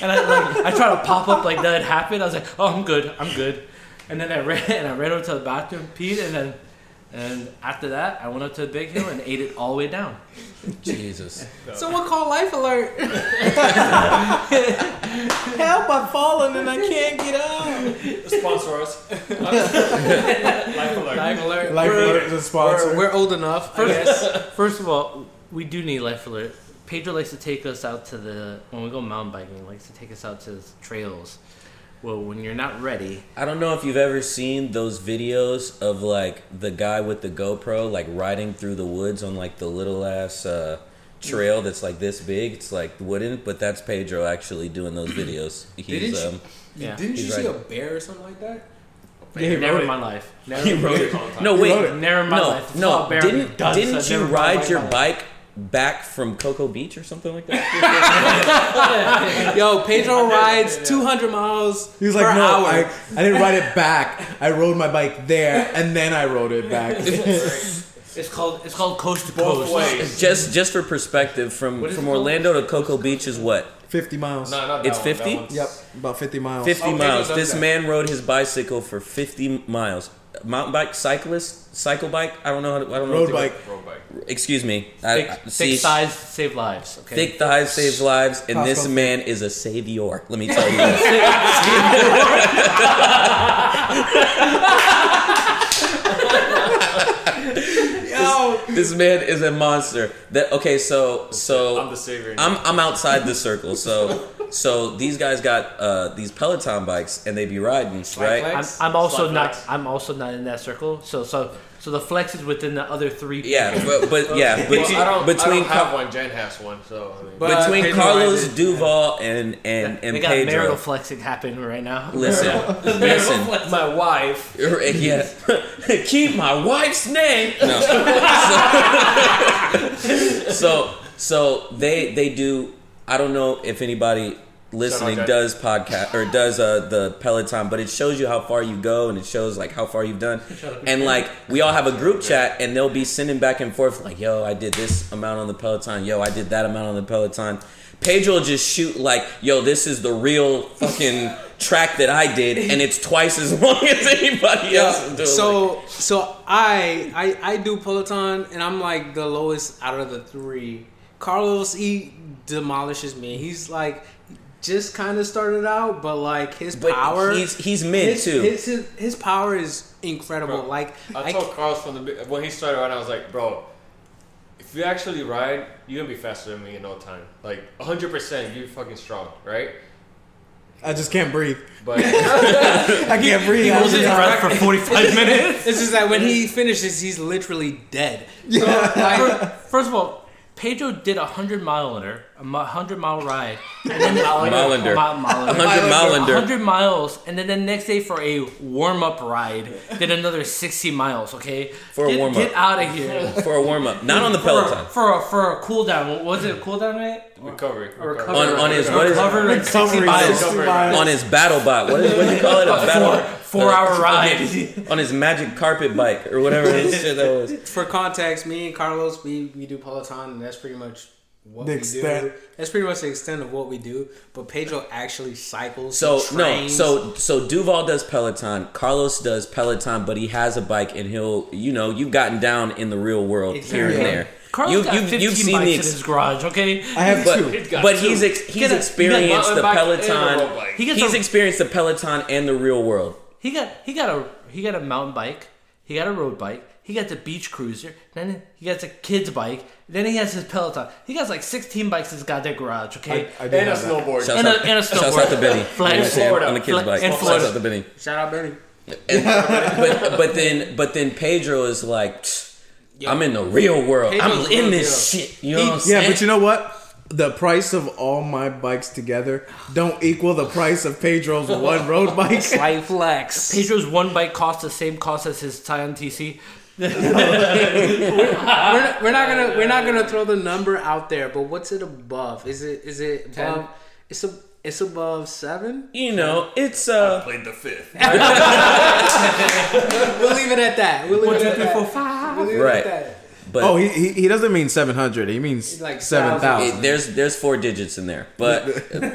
and I like, I try to pop up like that happened. I was like, oh, I'm good, I'm good. And then I ran <laughs> and I ran over to the bathroom, peed, and then and after that, I went up to the big hill and ate it all the way down. Jesus. <laughs> Someone call life <laughs> alert. <laughs> Help, I'm falling and I can't get up. Sponsor us. Life alert. Life alert. Life we're, Alert is a sponsor. We're, we're old enough. I guess. <laughs> First of all, we do need life alert. Pedro likes to take us out to the when we go mountain biking. He likes to take us out to the trails. Well, when you're not ready, I don't know if you've ever seen those videos of like the guy with the GoPro like riding through the woods on like the little ass uh, trail that's like this big. It's like wooden, but that's Pedro actually doing <clears throat> those videos. Didn't He's you- um, yeah, Didn't you He's see right. a bear or something like that? Yeah, he never wrote it. in my life. Never he rode it. No He wrote wait, it. Never in my no, life. no. Fuck, Barry, Didn't dunce. I've didn't you never in my ride life. your bike back from Cocoa Beach or something like <laughs> that? Yo, Pedro rides 200 miles He was per like, no, hour. I, I didn't ride it back. I rode my bike there and then I rode it <laughs> back. It's called it's called coast to Both coast. ways. just just for perspective, from is it from called? Orlando to Cocoa Beach is what 50 miles. No, not that It's one, 50? That one's- Yep, about 50 miles. 50 Oh, miles. Pedro does This that. man rode his bicycle for 50 miles. Mountain bike, cyclist, cycle bike. I don't know. How to, I don't know. Road what bike. to- Road bike. Excuse me. I, Thick, I, see, thick thighs save lives. Okay. thick thighs saves lives, and this Costco. man is a savior. Let me tell you. this. <laughs> Yo, this man is a monster. That okay. So so I'm the savior. I'm I'm outside the circle. So so these guys got uh, these Peloton bikes, and they be riding right. I'm, Flex? I'm also Slut not flex? I'm also not in that circle. So so so the flex is within the other three. Yeah, but, but yeah, Well, I don't, between I between don't have one. Jen has one, so. I mean, But- between Pedro Carlos rides Duval and and They and got Pedro. marital flexing happening right now. <laughs> <laughs> Listen, listen. my wife. Yeah. <laughs> Keep my wife's name. No. so, <laughs> so so they they do I don't know if anybody listening Shout out, Jay. does podcast or does uh the Peloton, but it shows you how far you go and it shows like how far you've done. And like we all have a group chat and they'll be sending back and forth like, yo, I did this amount on the Peloton, yo, I did that amount on the Peloton. Pedro will just shoot like, yo, this is the real <laughs> fucking track that I did, and it's twice as long <laughs> as anybody <laughs> else is doing. so so I, I I do Peloton and I'm like the lowest out of the three. Carlos he demolishes me. He's like just kind of started out, but like his But power, he's he's mid his, too. His, his his power is incredible. Bro, like I I, told Carlos from the be- when he started riding, I was like, bro, if you actually ride, you're gonna be faster than me in no time. Like 100, percent you're fucking strong, right? I just can't breathe. But I can't breathe. I wasn't just- ride for 45 minutes. it's just that when he finishes, he's literally <laughs> dead. Like, first of all, Pedro did a hundred miler, a mi- hundred mile ride, and then Molander. Molander. Mol- A Molander. hundred A milander. hundred miles, and then the next day for a warm up ride, did another sixty miles. Okay, For a Get- warm-up. Get out of here. for a warm up, not on the For a- Peloton. for a, for a cool down. What was it a cool down right? recovery, recovery. On on his what is it? Covered like sixty Recovery miles. system Recovery. miles. on his battle bot. What, is, what do you call it? A Four, battle four hour ride. <laughs> on his magic carpet bike or whatever his shit that was. For context, me and Carlos, we we do Peloton, and that's pretty much what The we extent. do. That's pretty much the extent of what we do. But Pedro actually cycles. So he no, trains. so so Duval does Peloton, Carlos does Peloton, but he has a bike and he'll, you know, you've gotten down in the real world here and Yeah. there. Carl's You've- got you've- 15 you've seen bikes the in ex- his garage. Okay, I have But two. He's got but two. he's ex- Get he's a- experienced mountain the bike and a road Peloton. bike. He gets He's a- experienced the Peloton and the real world. He got he got a he got a mountain bike. He got a road bike. He got the beach cruiser. Then he got a kid's bike. Then he has his Peloton. He got like sixteen bikes in his goddamn garage. Okay, I and do a have that. snowboard. Shouts And out, a- and a shouts snowboard. out to Benny. Fly- You know what I'm saying? Florida. on the kid's Fly- bike. in Shouts Florida. out to <laughs> Benny. shout out Benny. And- <laughs> but but then but then Pedro is like, "Tch, I'm in the real world. Pedro's I'm in real this shit. You know what I'm Yeah, saying? but you know what? The price of all my bikes together don't equal the price of Pedro's one road bike. Life flex. Pedro's one bike costs the same cost as his Scion TC. we're, not, we're not gonna we're not gonna throw the number out there, but what's it above? Is it is it above? It's a it's above seven. you know, it's uh, Played the fifth. We'll leave it at that. We'll leave it at that. We'll leave Right. it at that. but Oh, he, he he doesn't mean seven hundred. He means Like seven it- thousand. there's there's four digits in there, <laughs> but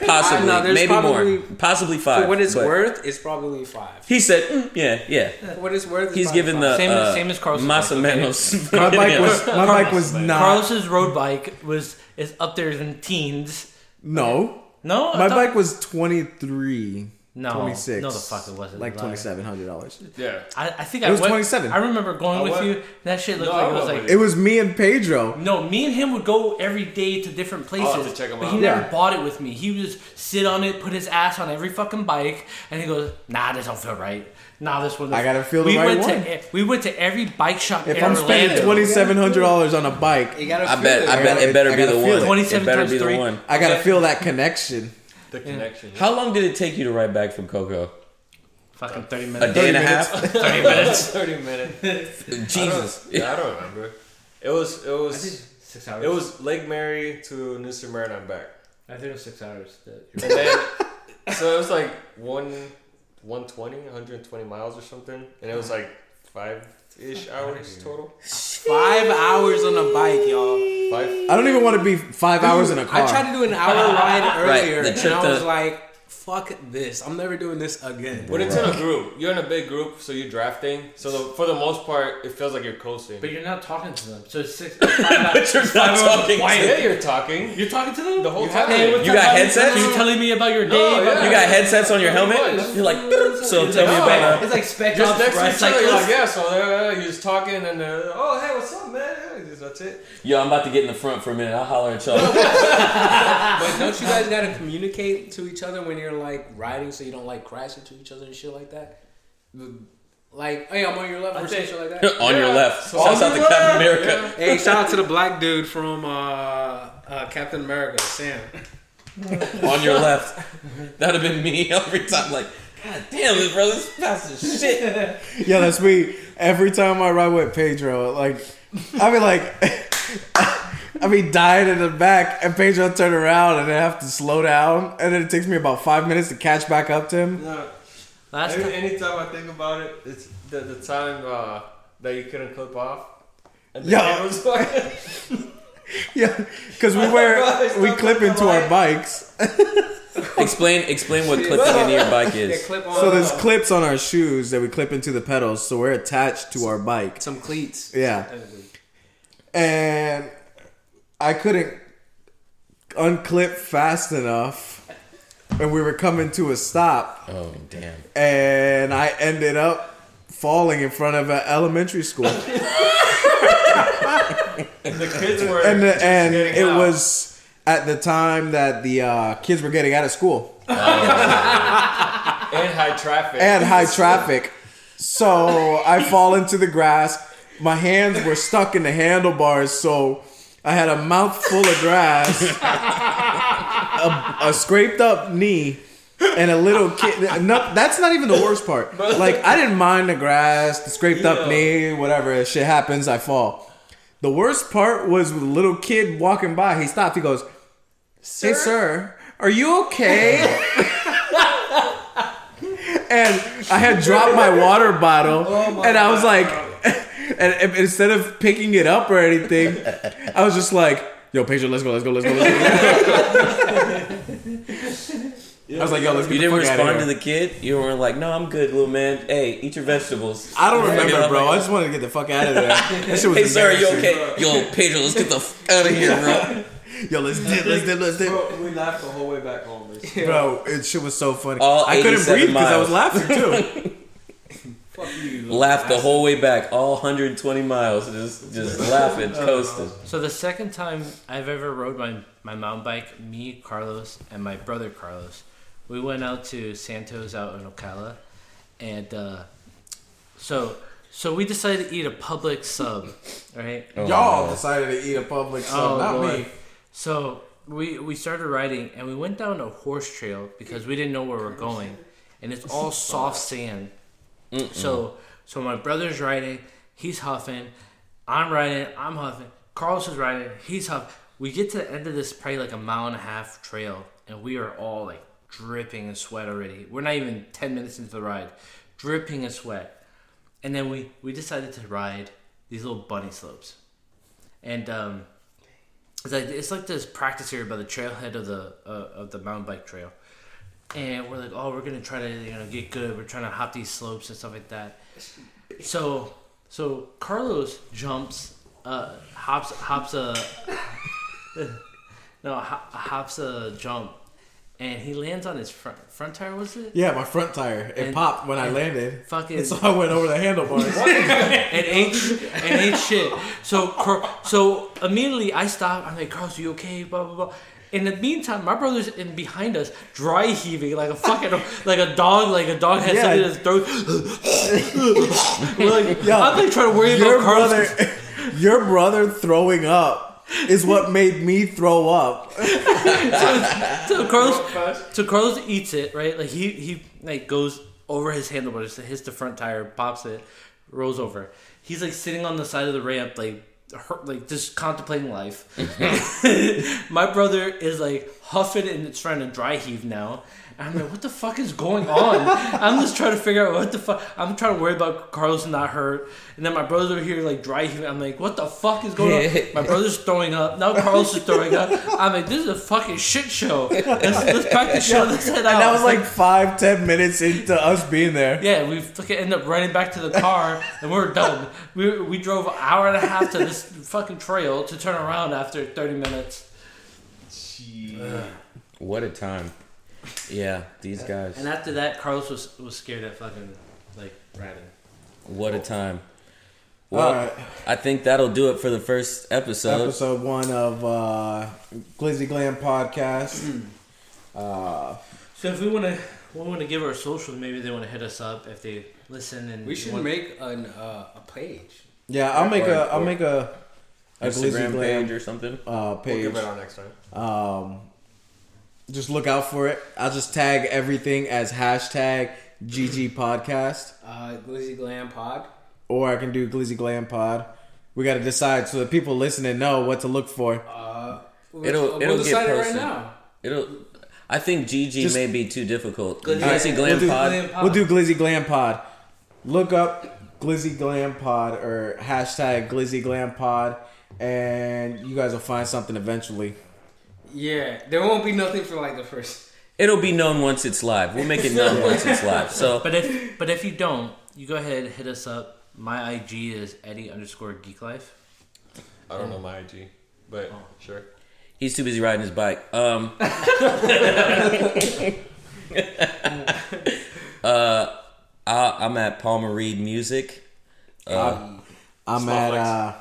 possibly know, there's maybe probably- more, possibly five. For what it's but worth, it's probably five. he said, "Mm, yeah, yeah. For what it's worth, it's He's probably given five. the Same- uh, same as Carl's bike, okay? Masamenos. <laughs> My bike was my bike was not Carlos's road bike was is up there in teens. no. No, I My thought- bike was twenty three. No, twenty six. no, the fuck it wasn't. Like Liar. twenty seven hundred dollars. Yeah. I, I think It I was went- 27. I remember going I with went- you. and That shit looked No, I like it went was like with you. It was me and Pedro. No, me and him would go every day to different places. to check him but out. he never Yeah. bought it with me. He would just sit on it, put his ass on every fucking bike, and he goes, "Nah, this don't feel right. Nah, this one. I gotta feel the we right went one. To, we went to every bike shop If in I'm spending Orlando. twenty seven hundred dollars on a bike, You gotta I feel bet it. I bet gotta- it better I be gotta the feel one. it. It 27 better times be the three. one. I gotta feel that connection. The connection. <laughs> How long did it take you to ride back from Coco? fucking thirty A minutes. day and a 30 half. 30 minutes. 30 minutes. Jesus. I don't, I don't remember. It was it I did was six hours. it was Lake Mary to New Smyrna and back. I think it was six hours. that- <laughs> And then, so it was like one 120, 120 miles or something, and it was like five ish hours total. five hours on a bike, y'all. <laughs> Five. I don't even want to be five hours in a car. I tried to do an <laughs> hour ride Right, earlier, the and trip I was to- like, "Fuck this! I'm never doing this again." But it's in a group. You're in a big group, so you're drafting. So the, for the most part, it feels like you're coasting. But you're not talking to them, so it's six. But you're not talking to yeah, you're talking. You're talking to them The whole You're time. talking- You what's got up, buddy? headsets? You're telling me about your day. No, about- yeah. You got headsets on your helmet. You're like, "Boop." so tell me about It's like Spec Just Ops, next to right? each It's like, other, you're like, let's- yeah, so they're, uh, you're just talking, and uh, oh, hey, what's up, man? Yeah, just- That's it. Yo, I'm about to get in the front for a minute. I'll holler at <laughs> y'all. But don't you guys gotta communicate to each other when you're like riding, so you don't like crash into each other and shit like that? Like, hey, I'm on your left or some think- shit <laughs> like that. on your Yeah. left. So- Shouts out to On your Captain left. America. hey, shout out to the black dude from uh, uh, Captain America, Sam. on your left. That'd have been me <laughs> every time. Like, God damn, this bro, <laughs> this is fast as shit. Yeah, that's me. Every time I ride with Pedro, like, I mean, like, <laughs> I mean, dying in the back, and Pedro turn around, and I have to slow down, and then it takes me about five minutes to catch back up to him. No, Last Every, time- anytime I think about it, it's the, the time uh, that you couldn't clip off. And the Yeah. <laughs> cameras <laughs> on. Yeah, because <laughs> we wear we clip into our bikes, Explain, explain what clipping into <laughs> your bike Yeah, is. clip on Oh. uh, so there's clips on our shoes that we clip into the pedals, so we're attached to our bike. some cleats. Yeah, and I couldn't unclip fast enough. and we were coming to a stop, Oh damn! and I ended up falling in front of an elementary school. <laughs> The kids were and just the, and getting it out. was at the time that the uh, kids were getting out of school and high traffic. and high traffic. So I fall into the grass. My hands were stuck in the handlebars, so I had a mouthful of grass, a, a scraped up knee, and a little kid. No, that's not even the worst part. Like I didn't mind the grass, the scraped up Yeah. knee, whatever. Shit happens. I fall. The worst part was with a little kid walking by. He stopped. He goes, Hey, sir, are you okay? and I had dropped my water bottle, and I was like, <laughs> and and instead of picking it up or anything, I was just like, yo, Pedro, let's go, let's go, let's <laughs> go, let's go. I was like, yo, let's get You didn't the fuck respond out to of the here. kid. You were like, "No, I'm good, little man. Hey, eat your vegetables." I don't remember, Yeah. bro. I just wanted to get the fuck out of there. That shit was Hey, sir, you embarrassing. okay? Yo, Pedro, let's get the fuck out of here, bro. Yo, let's dip, let's dip, let's dip. Bro, we laughed the whole way back home. Basically. Bro, it shit was so funny. All I couldn't 87 breathe because I was miles. laughing too. <laughs> Fuck you. little Laughed the ass. whole way back, all 120 miles, just just laughing, coasting. So the second time I've ever rode my my mountain bike, me, Carlos, and my brother Carlos, we went out to Santos out in Ocala, and uh, so so we decided to eat a public sub, right? Oh, Y'all decided to eat a public sub, Oh, not Lord. me. So we we started riding and we went down a horse trail because we didn't know where we're going, and it's all soft sand. So so my brother's riding, he's huffing, I'm riding, I'm huffing. Carlos is riding, he's huffing. We get to the end of this probably like a mile and a half trail, and we are all like dripping in sweat already. We're not even ten minutes into the ride, dripping in sweat, and then we we decided to ride these little bunny slopes, and um. It's like it's like this practice area by the trailhead of the uh, of the mountain bike trail, and we're like, oh, we're gonna try to you know get good. We're trying to hop these slopes and stuff like that. So so Carlos jumps, uh, hops hops a <laughs> no ho- hops a jump, and he lands on his front front tire. Was it? Yeah, my front tire. It And- popped when I landed. Fucking And so I went over the handlebars. it ain't it ain't shit. So Car- so immediately I stop. I'm like, Carlos, you okay? Blah blah blah. In the meantime, my brother's in behind us, dry heaving like a fucking like a dog, like a dog has Yeah. something in his throat. <laughs> We're like, Yo, I'm like trying to worry your about Carlos. brother <laughs> Your brother throwing up is what made me throw up. so Carlos, so Carlos eats it, right? Like he he like goes over his handlebars, hits the front tire, pops it, rolls over. He's like sitting on the side of the ramp, like hurt, like just contemplating life. <laughs> My brother is like huffing and trying to dry heave now. And I'm like, what the fuck is going on? I'm just trying to figure out what the fuck. I'm trying to worry about Carlos not hurt, and then my brother's over here like dry heaving. I'm like, what the fuck is going <laughs> on? My brother's throwing up. Now Carlos is throwing up. I'm like, this is a fucking shit show. Let's, let's pack the show. Let's head out. And that was like five, ten minutes into us being there. Yeah, we fucking end up running back to the car, and we are done. We, we drove an hour and a half to this fucking trail to turn around after 30 minutes. What a time. Yeah, these guys. And after that, Carlos was, was scared of fucking, like, riding. What a time. Well, All right, I think that'll do it for the first episode. episode one of uh, Glizzy Glam podcast. Uh, So if we want to we want to give our socials, maybe they want to hit us up if they listen and We should want- make an, uh, a page. yeah, I'll make a Or- I'll make a, a Glizzy Instagram page Glam or something. uh, We'll page. give it out next time. Um, just look out for it. I'll just tag everything as hashtag GG Podcast, Uh, Glizzy Glam Pod. or I can do Glizzy Glam Pod. We got to decide so that people listening know what to look for. Uh, we'll, It'll- we'll it'll get decide it right posted. now. It'll. I think GG Just- may be too difficult. Glizzy- Glizzy we'll Glam do- Pod. Glam Pod. We'll do Glizzy Glam Pod. Look up Glizzy Glam Pod or hashtag Glizzy Glam Pod, and you guys will find something eventually. Yeah, there won't be nothing for like the first. It'll be known once it's live. We'll make it known once it's live. <laughs> So But if but if you don't, you go ahead and hit us up. My IG is Eddie underscore Geek Life. Oh. I don't know my IG, but sure. He's too busy riding his bike. <laughs> Um, <laughs> uh, I, I'm at Palmer Reed Music. I'm Small at flex. uh,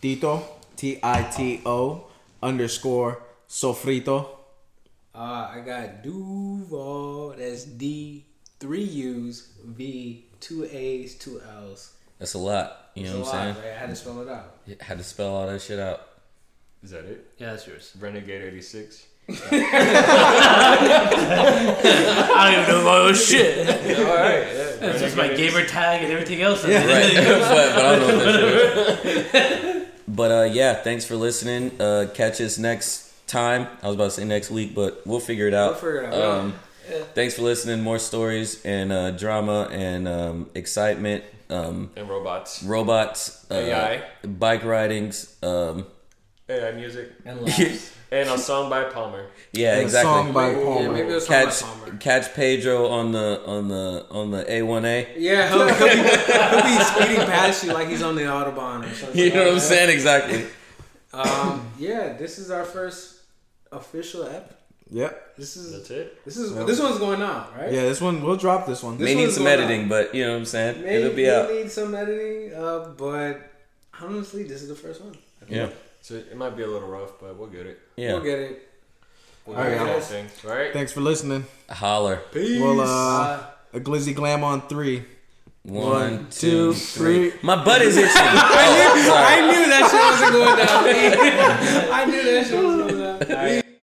Tito T I T O underscore Sofrito. Uh, I got Duval. That's D, three U's, V, two A's, two L's. That's a lot. You know It's what a I'm lot, right? I had to spell it out. saying? Had to spell all that shit out. Is that it? Yeah, that's yours. Renegade eighty six. I don't even know my own shit. All right. Yeah. That's just my Renegade gamer tag and everything else. <laughs> Right. but, but I don't know what that shit is. <laughs> But uh, yeah, thanks for listening. Uh, catch us next time. I was about to say next week, but we'll figure it out. figure it out. Um, Thanks for listening. More stories and uh, drama and um, excitement. Um, And robots. robots, uh, AI. bike ridings. Um, AI music. <laughs> And laughs. And a song by Palmer. yeah, And exactly. A song by Yeah, Palmer. maybe it was something catch like Palmer. catch Pedro on the on the on the A one A. <laughs> Yeah, he'll, he'll, be, he'll be speeding past you like he's on the autobahn or something. You know what I'm saying? Exactly. Um, yeah, this is our first official ep. Yep. This is That's it. this is this one's going out, right? Yeah, this one we'll drop this one. May one's need some going editing, but you know what I'm saying. Maybe It'll be we out. need some editing, uh, but honestly, this is the first one. Yeah, So it might be a little rough, but we'll get it. yeah. We'll get it. We'll All get right, it, guys. thing. All right. Thanks for listening. Holler. Well, uh, a glizzy glam on three. One, two, two, three. three. My butt is itching. Oh, sorry. <laughs> I knew that shit wasn't going down. I knew that shit was